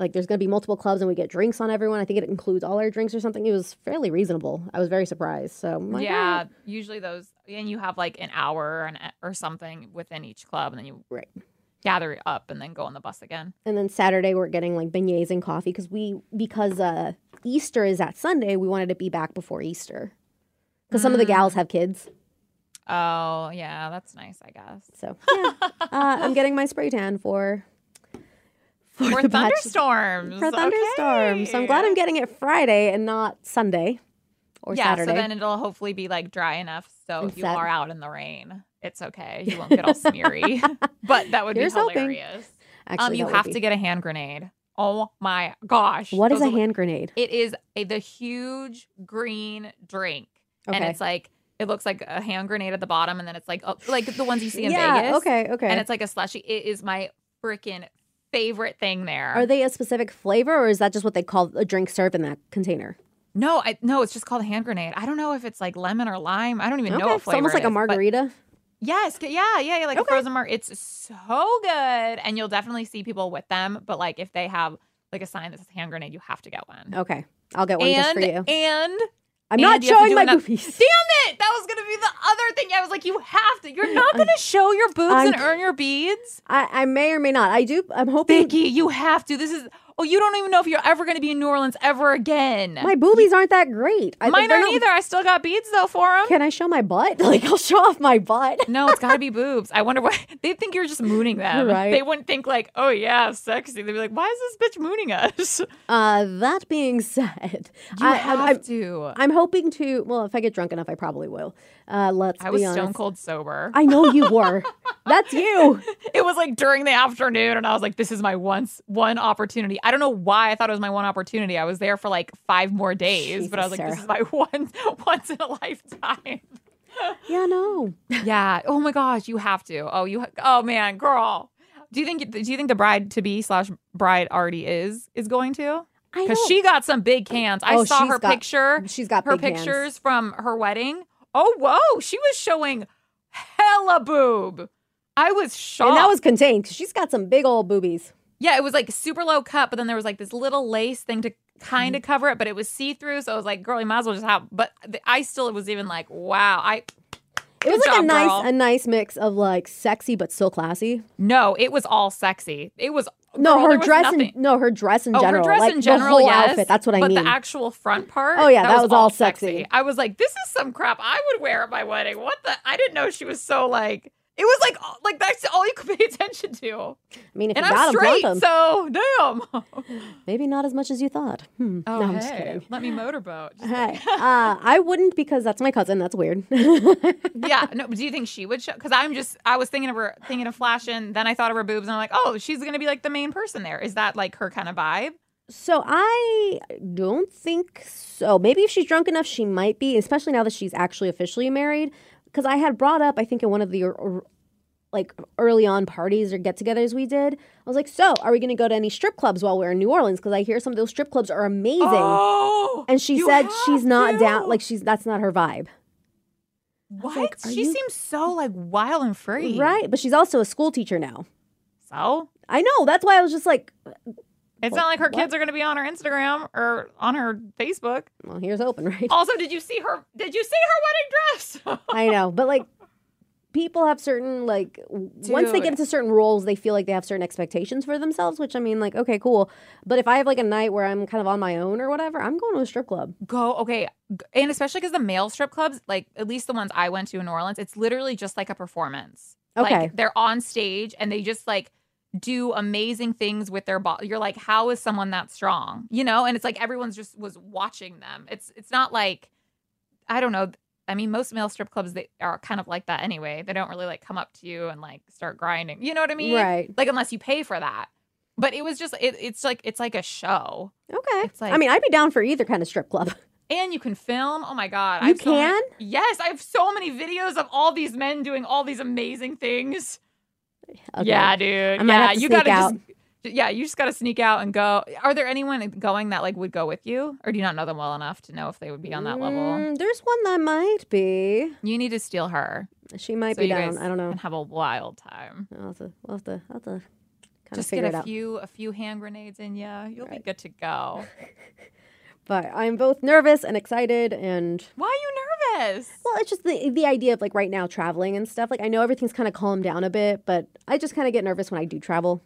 Speaker 1: like there's going to be multiple clubs and we get drinks on everyone. I think it includes all our drinks or something. It was fairly reasonable. I was very surprised. So I'm like, "Oh."
Speaker 2: yeah,
Speaker 1: "Alright."
Speaker 2: usually those, and you have like an hour and, e, or something within each club, and then you
Speaker 1: Right.
Speaker 2: gather up and then go on the bus again.
Speaker 1: And then Saturday we're getting like beignets and coffee because we because uh Easter is that Sunday. We wanted to be back before Easter because some of the
Speaker 2: Mm.
Speaker 1: gals have kids.
Speaker 2: Oh, yeah, that's nice, I guess.
Speaker 1: So yeah, uh, I'm getting my spray tan for for,
Speaker 2: <laughs> Or
Speaker 1: the bachelor-
Speaker 2: thunderstorms.
Speaker 1: for thunderstorms. So I'm glad I'm getting it Friday and not Sunday or
Speaker 2: yeah,
Speaker 1: Saturday.
Speaker 2: so then it'll hopefully be like dry enough so
Speaker 1: And
Speaker 2: if you
Speaker 1: Sat-
Speaker 2: are out in the rain, it's okay. You won't get
Speaker 1: <laughs>
Speaker 2: all smeary. but that would
Speaker 1: Here's
Speaker 2: be
Speaker 1: hoping.
Speaker 2: hilarious.
Speaker 1: Actually,
Speaker 2: um,
Speaker 1: that
Speaker 2: you
Speaker 1: would
Speaker 2: have
Speaker 1: be-
Speaker 2: to get a hand grenade. Oh my gosh.
Speaker 1: What is
Speaker 2: Those
Speaker 1: a
Speaker 2: are-
Speaker 1: hand grenade?
Speaker 2: It is a, the huge green drink. And
Speaker 1: Okay.
Speaker 2: it's like, it looks like a hand grenade at the bottom. And then it's like, oh, like the ones you see in
Speaker 1: yeah.
Speaker 2: Vegas.
Speaker 1: Okay. Okay.
Speaker 2: And it's like a slushy. It is my freaking favorite thing there.
Speaker 1: Are they a specific flavor, or is that just what they call a drink served in that container?
Speaker 2: no, I no, it's just called a hand grenade. I don't know if it's like lemon or lime. I don't even know
Speaker 1: okay,
Speaker 2: what
Speaker 1: it's
Speaker 2: flavor
Speaker 1: almost
Speaker 2: it
Speaker 1: like a
Speaker 2: is, but-
Speaker 1: margarita.
Speaker 2: Yes, g- yeah, yeah, yeah, like
Speaker 1: Okay.
Speaker 2: a frozen mark. It's so good, and you'll definitely see people with them. But like, if they have like a sign that says hand grenade, you have to get one.
Speaker 1: Okay, I'll get one just
Speaker 2: and
Speaker 1: for you.
Speaker 2: and
Speaker 1: I'm not
Speaker 2: and you have to
Speaker 1: showing
Speaker 2: do
Speaker 1: my
Speaker 2: another-
Speaker 1: boobies. <laughs>
Speaker 2: damn it, that was gonna be the other thing. I was like, you have to.
Speaker 1: <laughs>
Speaker 2: You're not gonna show your boobs
Speaker 1: I'm-
Speaker 2: and earn your beads,
Speaker 1: I, I may or may not. I do. I'm hoping
Speaker 2: Vicky. You have to. This is. Oh, you don't even know if you're ever gonna be in New Orleans ever again.
Speaker 1: my boobies aren't that great. I,
Speaker 2: Mine
Speaker 1: they're
Speaker 2: aren't
Speaker 1: not-
Speaker 2: either. I still got beads though for
Speaker 1: <laughs>
Speaker 2: them.
Speaker 1: Can I show my butt? Like I'll show off my butt.
Speaker 2: No, it's got to be boobs. I wonder why <laughs> they think you're just mooning them.
Speaker 1: Right.
Speaker 2: They wouldn't think like, oh yeah, sexy. They'd be like, why is this bitch mooning us? <laughs> You
Speaker 1: Uh, that being said, I,
Speaker 2: have
Speaker 1: I, am
Speaker 2: to.
Speaker 1: I'm hoping to. Well, if I get drunk enough, I probably will. Uh, let's
Speaker 2: I was
Speaker 1: be honest.
Speaker 2: stone cold sober.
Speaker 1: I know you
Speaker 2: <laughs>
Speaker 1: were. That's you.
Speaker 2: it was like during the afternoon, and I was like, this is my once one opportunity. I don't know why I thought it was my one opportunity. I was there for like five more days, but I was
Speaker 1: Jesus,
Speaker 2: like, this
Speaker 1: Sarah.
Speaker 2: is my <laughs> one once in a lifetime.
Speaker 1: Yeah, no.
Speaker 2: yeah. Oh my gosh, you have to. Oh, you. Ha- oh man, girl. Do you think? Do you think the bride to be slash bride already is is going to?
Speaker 1: I know.
Speaker 2: because she got some big cans. I
Speaker 1: Oh,
Speaker 2: saw
Speaker 1: she's
Speaker 2: her
Speaker 1: got-
Speaker 2: picture,
Speaker 1: she's got
Speaker 2: her
Speaker 1: big hands.
Speaker 2: pictures from her wedding. Oh, whoa, she was showing hella boob. I was shocked.
Speaker 1: and that was contained. 'cause She's got some big old boobies.
Speaker 2: yeah, it was like super low cut, but then there was like this little lace thing to kind
Speaker 1: Mm-hmm.
Speaker 2: of cover it, but it was see through. So I was like, girl, you might as well just have. But th- I still was even like, wow, I
Speaker 1: It was like
Speaker 2: Good
Speaker 1: a
Speaker 2: job,
Speaker 1: nice,
Speaker 2: girl.
Speaker 1: a nice mix of like sexy but still classy.
Speaker 2: no, it was all sexy. It was
Speaker 1: No,
Speaker 2: girl,
Speaker 1: her
Speaker 2: there was
Speaker 1: dress
Speaker 2: nothing.
Speaker 1: and no, her dress in
Speaker 2: Oh,
Speaker 1: general.
Speaker 2: her dress
Speaker 1: like,
Speaker 2: in general,
Speaker 1: the whole
Speaker 2: yes,
Speaker 1: outfit. That's what I
Speaker 2: but
Speaker 1: mean.
Speaker 2: the actual front part.
Speaker 1: Oh, yeah, that was all sexy.
Speaker 2: I was like, this is some crap I would wear at my wedding. What the? I didn't know she was so like. It was like all- like that's all you could <laughs> pay attention to.
Speaker 1: I mean, if
Speaker 2: and
Speaker 1: you
Speaker 2: I'm
Speaker 1: got them,
Speaker 2: straight,
Speaker 1: got 'em.
Speaker 2: so damn. <laughs>
Speaker 1: maybe not as much as you thought. Hmm.
Speaker 2: Oh,
Speaker 1: no, I'm just
Speaker 2: hey,
Speaker 1: kidding.
Speaker 2: Let me motorboat.
Speaker 1: <laughs>
Speaker 2: Just
Speaker 1: Hey,
Speaker 2: kidding.
Speaker 1: uh, I wouldn't because that's my cousin. That's weird. <laughs> I
Speaker 2: yeah, no. but Do you think she would show? Because I'm just, I was thinking of her, thinking of flashing. Then I thought of her boobs, and I'm like, oh, she's gonna be like the main person there. Is that like her kind of vibe?
Speaker 1: So I don't think so. Maybe if she's drunk enough, she might be, especially now that she's actually officially married. Because I had brought up, I think, in one of the er- er- like early on parties or get-togethers we did, I was like, "So, are we going to go to any strip clubs while we're in New Orleans? Because I hear some of those strip clubs are amazing."
Speaker 2: Oh,
Speaker 1: and she
Speaker 2: you
Speaker 1: said she's
Speaker 2: have
Speaker 1: not
Speaker 2: to.
Speaker 1: down. Like she's that's not her vibe,
Speaker 2: What?
Speaker 1: like, are
Speaker 2: she
Speaker 1: you-
Speaker 2: seems so like wild and free.
Speaker 1: right? But she's also a school teacher now.
Speaker 2: So
Speaker 1: I know. That's why I was just like,
Speaker 2: it's
Speaker 1: Well,
Speaker 2: not like her
Speaker 1: what?
Speaker 2: kids are going to be on her Instagram or on her Facebook.
Speaker 1: "Well, here's open, <laughs> right?"
Speaker 2: Also, did you see her? Did you see her wedding dress? <laughs>
Speaker 1: I know, but like people have certain like w- once they
Speaker 2: Dude.
Speaker 1: get into certain roles, they feel like they have certain expectations for themselves. Which I mean, like okay, cool. But if I have like a night where I'm kind of on my own or whatever, I'm going to a strip club.
Speaker 2: Go okay, g- and especially because the male strip clubs, like at least the ones I went to in New Orleans, it's literally just like a performance.
Speaker 1: Okay.
Speaker 2: like, they're on stage and they just like do amazing things with their body. You're like, how is someone that strong? You know, and it's like everyone's just was watching them. It's it's not like I don't know. I mean, most male strip clubs they are kind of like that anyway. They don't really like come up to you and like start grinding. You know what I mean?
Speaker 1: Right.
Speaker 2: Like unless you pay for that. But it was just it, it's like it's like a show,
Speaker 1: Okay.
Speaker 2: It's like-
Speaker 1: I mean, I'd be down for either kind of strip club.
Speaker 2: and you can film. Oh my god,
Speaker 1: You
Speaker 2: have so many-
Speaker 1: can?
Speaker 2: yes, I have so many videos of all these men doing all these amazing things.
Speaker 1: Okay.
Speaker 2: Yeah, dude.
Speaker 1: I might
Speaker 2: yeah,
Speaker 1: have to
Speaker 2: you
Speaker 1: sneak
Speaker 2: gotta just yeah, you just gotta sneak out and go. Are there anyone going that like would go with you, or do you not know them well enough to know if they would be on that level?
Speaker 1: Mm, there's one that might be.
Speaker 2: You need to steal her.
Speaker 1: She might
Speaker 2: so
Speaker 1: be
Speaker 2: you
Speaker 1: down.
Speaker 2: guys
Speaker 1: I don't know.
Speaker 2: And have a wild time.
Speaker 1: I'll have to. We'll have to. I'll have to kind of
Speaker 2: Just
Speaker 1: figure
Speaker 2: get
Speaker 1: it
Speaker 2: a
Speaker 1: out.
Speaker 2: few a few hand grenades in ya. You'll be good to go.
Speaker 1: But I'm both nervous and excited and
Speaker 2: Why are you nervous? Oh,
Speaker 1: well, it's just the the idea of like right now traveling and stuff. Like I know everything's kind of calmed down a bit, but I just kind of get nervous when I do travel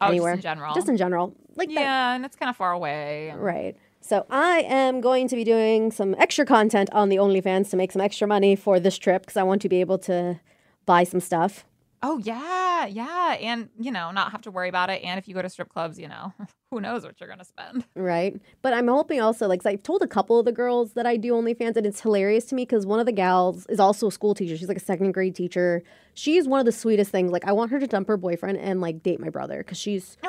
Speaker 2: Oh,
Speaker 1: anywhere.
Speaker 2: just in general.
Speaker 1: Just in general. Like that-
Speaker 2: yeah, and it's kind of far away. and-
Speaker 1: Right. So I am going to be doing some extra content on the OnlyFans to make some extra money for this trip because I want to be able to buy some stuff.
Speaker 2: Oh yeah, yeah, and you know, not have to worry about it. And if you go to strip clubs, you know, <laughs> who knows what you're gonna spend? <gasps>
Speaker 1: Right. But I'm hoping also, like, 'cause I've told a couple of the girls that I do OnlyFans, and it's hilarious to me because one of the gals is also a school teacher. She's like a second grade teacher. She's one of the sweetest things. Like, I want her to dump her boyfriend and, like, date my brother because she's so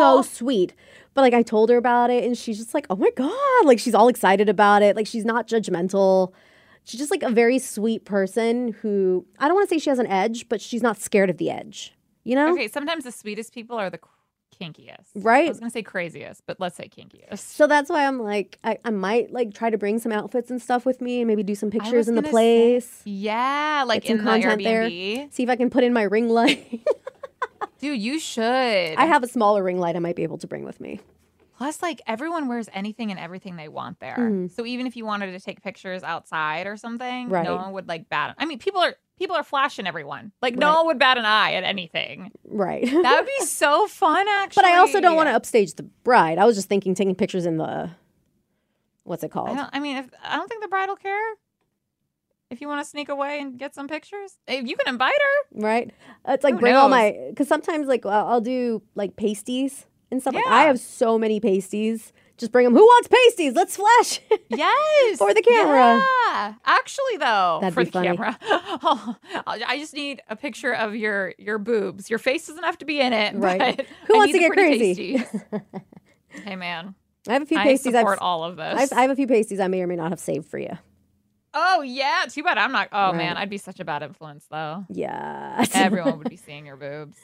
Speaker 2: Oh,
Speaker 1: sweet. But, like, I told her about it, and she's just like, oh my God. Like, she's all excited about it. Like, she's not judgmental. She's just like a very sweet person who I don't want to say she has an edge, but she's not scared of the edge, you know?
Speaker 2: okay. Sometimes the sweetest people are the kinkiest, I
Speaker 1: Right.
Speaker 2: was gonna say craziest, but let's say kinkiest.
Speaker 1: So that's why I'm like, I, I might like try to bring some outfits and stuff with me and maybe do some
Speaker 2: I
Speaker 1: pictures
Speaker 2: was
Speaker 1: in the
Speaker 2: gonna say-
Speaker 1: place.
Speaker 2: Yeah, like
Speaker 1: Get some
Speaker 2: in the
Speaker 1: content there.
Speaker 2: Airbnb.
Speaker 1: See if I can put in my ring
Speaker 2: <laughs>
Speaker 1: light.
Speaker 2: Dude, you should.
Speaker 1: I have a smaller ring light I might be able to bring with me.
Speaker 2: Plus, like everyone wears anything and everything they want there.
Speaker 1: Mhm.
Speaker 2: So even if you wanted to take pictures outside or something,
Speaker 1: Right.
Speaker 2: no one would like bat. An- I mean, people are people are flashing everyone. Like
Speaker 1: Right.
Speaker 2: no one would bat an eye at anything.
Speaker 1: Right.
Speaker 2: That would be so fun,
Speaker 1: <laughs>
Speaker 2: actually.
Speaker 1: but I also don't want to upstage the bride. I was just thinking taking pictures in the what's it
Speaker 2: I
Speaker 1: called?
Speaker 2: don't. I mean, if, I don't think the bride will care. If you want to sneak away and get some pictures, Eh, you can invite her.
Speaker 1: Right? It's like
Speaker 2: Who
Speaker 1: bring all
Speaker 2: knows?
Speaker 1: my because sometimes like I'll, I'll do like pasties and stuff. Like
Speaker 2: Yeah.
Speaker 1: I have so many pasties. Just bring them. Who wants pasties? Let's flash.
Speaker 2: Yes,
Speaker 1: For the camera.
Speaker 2: Yeah. Actually, though,
Speaker 1: That'd
Speaker 2: for
Speaker 1: be
Speaker 2: the
Speaker 1: funny.
Speaker 2: camera, <laughs> oh, I just need a picture of your your boobs. Your face doesn't have to be in it,
Speaker 1: Right.
Speaker 2: but
Speaker 1: Who
Speaker 2: I
Speaker 1: wants
Speaker 2: need
Speaker 1: to
Speaker 2: the
Speaker 1: get <laughs>
Speaker 2: pretty pasties. hey, man,
Speaker 1: <laughs> I have a few
Speaker 2: I
Speaker 1: pasties. I've,
Speaker 2: support all of this.
Speaker 1: I've, I have a few pasties I may or may not have saved for you.
Speaker 2: oh yeah, too bad I'm not. Oh
Speaker 1: Right.
Speaker 2: man, I'd be such a bad influence,
Speaker 1: <laughs>
Speaker 2: though.
Speaker 1: Yeah.
Speaker 2: Everyone would be seeing your boobs.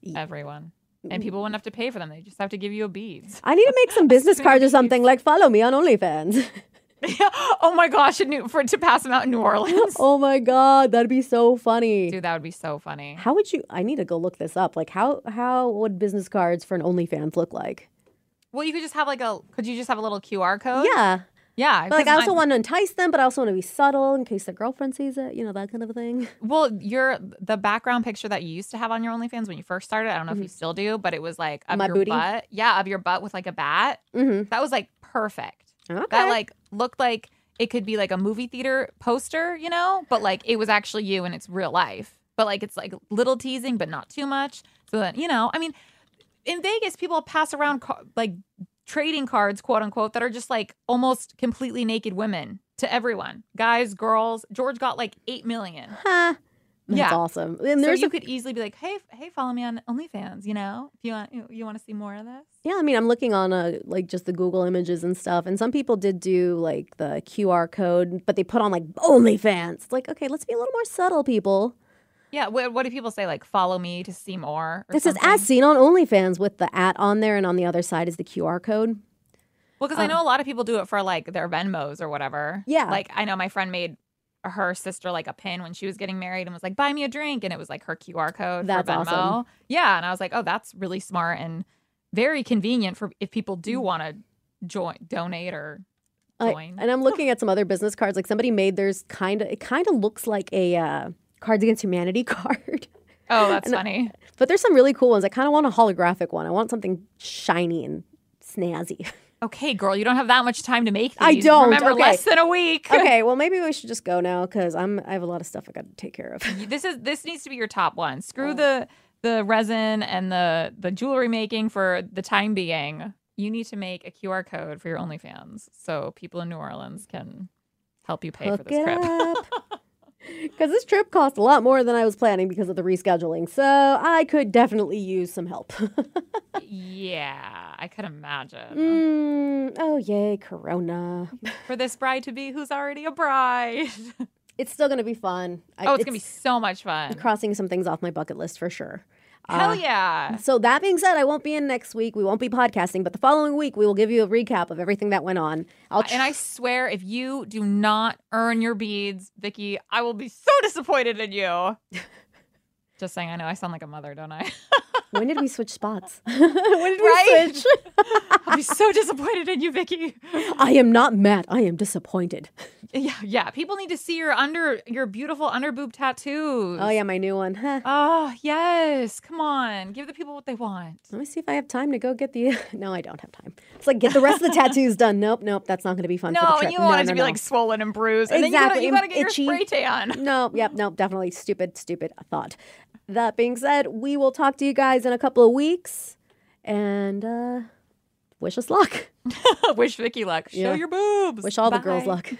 Speaker 1: Yeah.
Speaker 2: Everyone.
Speaker 1: Mm.
Speaker 2: And people wouldn't have to pay for them. They just have to give you a beads.
Speaker 1: <laughs>
Speaker 2: <laughs>
Speaker 1: I need to make some business cards or something like follow me on OnlyFans. <laughs>
Speaker 2: oh my gosh, in New, for to pass them out in New Orleans.
Speaker 1: oh my god, that'd be so funny.
Speaker 2: Dude, that would be so funny.
Speaker 1: How would you I need to go look this up. Like how how would business cards for an OnlyFans look like?
Speaker 2: Well, you could just have like a could you just have a little QR code?
Speaker 1: Yeah.
Speaker 2: Oh, Yeah.
Speaker 1: But like I
Speaker 2: 'cause
Speaker 1: also
Speaker 2: I'm-
Speaker 1: want to entice them, but I also want to be subtle in case their girlfriend sees it, you know, that kind of a thing.
Speaker 2: Well, your the background picture that you used to have on your OnlyFans when you first started, I don't know if you still do, but it was like of
Speaker 1: Mm-hmm. My
Speaker 2: your
Speaker 1: booty?
Speaker 2: butt. Yeah, of your butt with like a bat.
Speaker 1: Mm-hmm.
Speaker 2: That was like perfect.
Speaker 1: Okay.
Speaker 2: That like looked like it could be like a movie theater poster, you know, but like it was actually you and it's real life. But like it's like little teasing, but not too much. So that you know, I mean, in Vegas, people pass around ca- like trading cards, quote unquote, that are just like almost completely naked women to everyone, guys, girls. George got like eight million.
Speaker 1: huh. That's
Speaker 2: Yeah.
Speaker 1: awesome. And
Speaker 2: So
Speaker 1: there's
Speaker 2: you
Speaker 1: a,
Speaker 2: could easily be like, hey, f- hey, follow me on OnlyFans. You know, if you want, you, you want to see more of this.
Speaker 1: yeah, I mean, I'm looking on uh like just the Google images and stuff, and some people did do like the QR code, but they put on like OnlyFans. It's like, okay, let's be a little more subtle, people.
Speaker 2: Yeah. What, what do people say? Like, follow me to see more. Or
Speaker 1: This is
Speaker 2: something?
Speaker 1: as seen on OnlyFans with the at on there, and on the other side is the QR code.
Speaker 2: Mm-hmm. Well, because I know a lot of people do it for like their Venmos or whatever.
Speaker 1: Um, Yeah.
Speaker 2: Like I know my friend made her sister like a pin when she was getting married and was like, "Buy me a drink," and it was like her QR code
Speaker 1: That's
Speaker 2: for Venmo.
Speaker 1: awesome.
Speaker 2: Yeah, and I was like, "Oh, that's really smart and very convenient for if people do want to join, donate or
Speaker 1: Mm. I-
Speaker 2: join."
Speaker 1: and I'm looking at some other business cards. Like somebody made theirs kind of. It kind of looks like a uh, Cards Against Humanity <laughs> card,
Speaker 2: oh, that's funny.
Speaker 1: but there's some really cool ones. I kind of want a holographic one. I want something shiny and snazzy.
Speaker 2: Okay, girl, you don't have that much time to make these.
Speaker 1: I don't,
Speaker 2: Remember,
Speaker 1: okay.
Speaker 2: less than a week.
Speaker 1: okay, well maybe we should just go now because I'm. I have a lot of stuff I got to take
Speaker 2: <laughs>
Speaker 1: care of.
Speaker 2: this is this needs to be your top one.
Speaker 1: Oh.
Speaker 2: Screw the the resin and the the jewelry making for the time being. You need to make a QR code for your OnlyFans so people in New Orleans can help you pay for
Speaker 1: Hook
Speaker 2: this
Speaker 1: it
Speaker 2: trip.
Speaker 1: up. Because this trip cost a lot more than I was planning because of the rescheduling, so I could definitely use some help.
Speaker 2: <laughs> yeah, I could imagine.
Speaker 1: mm, oh yay, Corona!
Speaker 2: For this bride to be who's already a bride. <laughs>
Speaker 1: It's still gonna be fun. I-
Speaker 2: oh, it's, gonna be so much fun.
Speaker 1: crossing some things off my bucket list for sure.
Speaker 2: Hell
Speaker 1: Uh,
Speaker 2: yeah.
Speaker 1: So that being said, I won't be in next week. We won't be podcasting, but the following week we will give you a recap of everything that went on. I'll tr-
Speaker 2: And I swear, if you do not earn your beads, Vicky,
Speaker 1: <laughs>
Speaker 2: I will be so disappointed in you. Just saying, I know I sound like a mother, don't I?
Speaker 1: when did we switch
Speaker 2: <laughs>
Speaker 1: spots? <laughs> when did we switch?
Speaker 2: I'll be so disappointed in you, Vicky.
Speaker 1: I am not mad. I am disappointed.
Speaker 2: Yeah, yeah. People need to see your under your beautiful underboob tattoos.
Speaker 1: Oh yeah, my new one. Huh.
Speaker 2: Oh, yes. Come on. Give the people what they want.
Speaker 1: Let me see if I have time to go get the. <laughs> No, I don't have time. It's like get the
Speaker 2: <laughs>
Speaker 1: rest of the tattoos done. Nope, nope. That's not going to be fun. for the
Speaker 2: No,
Speaker 1: trip.
Speaker 2: and you want
Speaker 1: no,
Speaker 2: it
Speaker 1: no,
Speaker 2: to be
Speaker 1: no.
Speaker 2: like swollen and bruised. And
Speaker 1: Exactly,
Speaker 2: then you gotta, you gotta get
Speaker 1: itchy.
Speaker 2: your spray tan. <laughs>
Speaker 1: No, yep, no, definitely stupid, stupid thought. That being said, we will talk to you guys in a couple of weeks, and uh, wish us luck.
Speaker 2: Wish Vicky luck. Show
Speaker 1: Yeah.
Speaker 2: your boobs.
Speaker 1: Wish all the
Speaker 2: Bye.
Speaker 1: girls luck.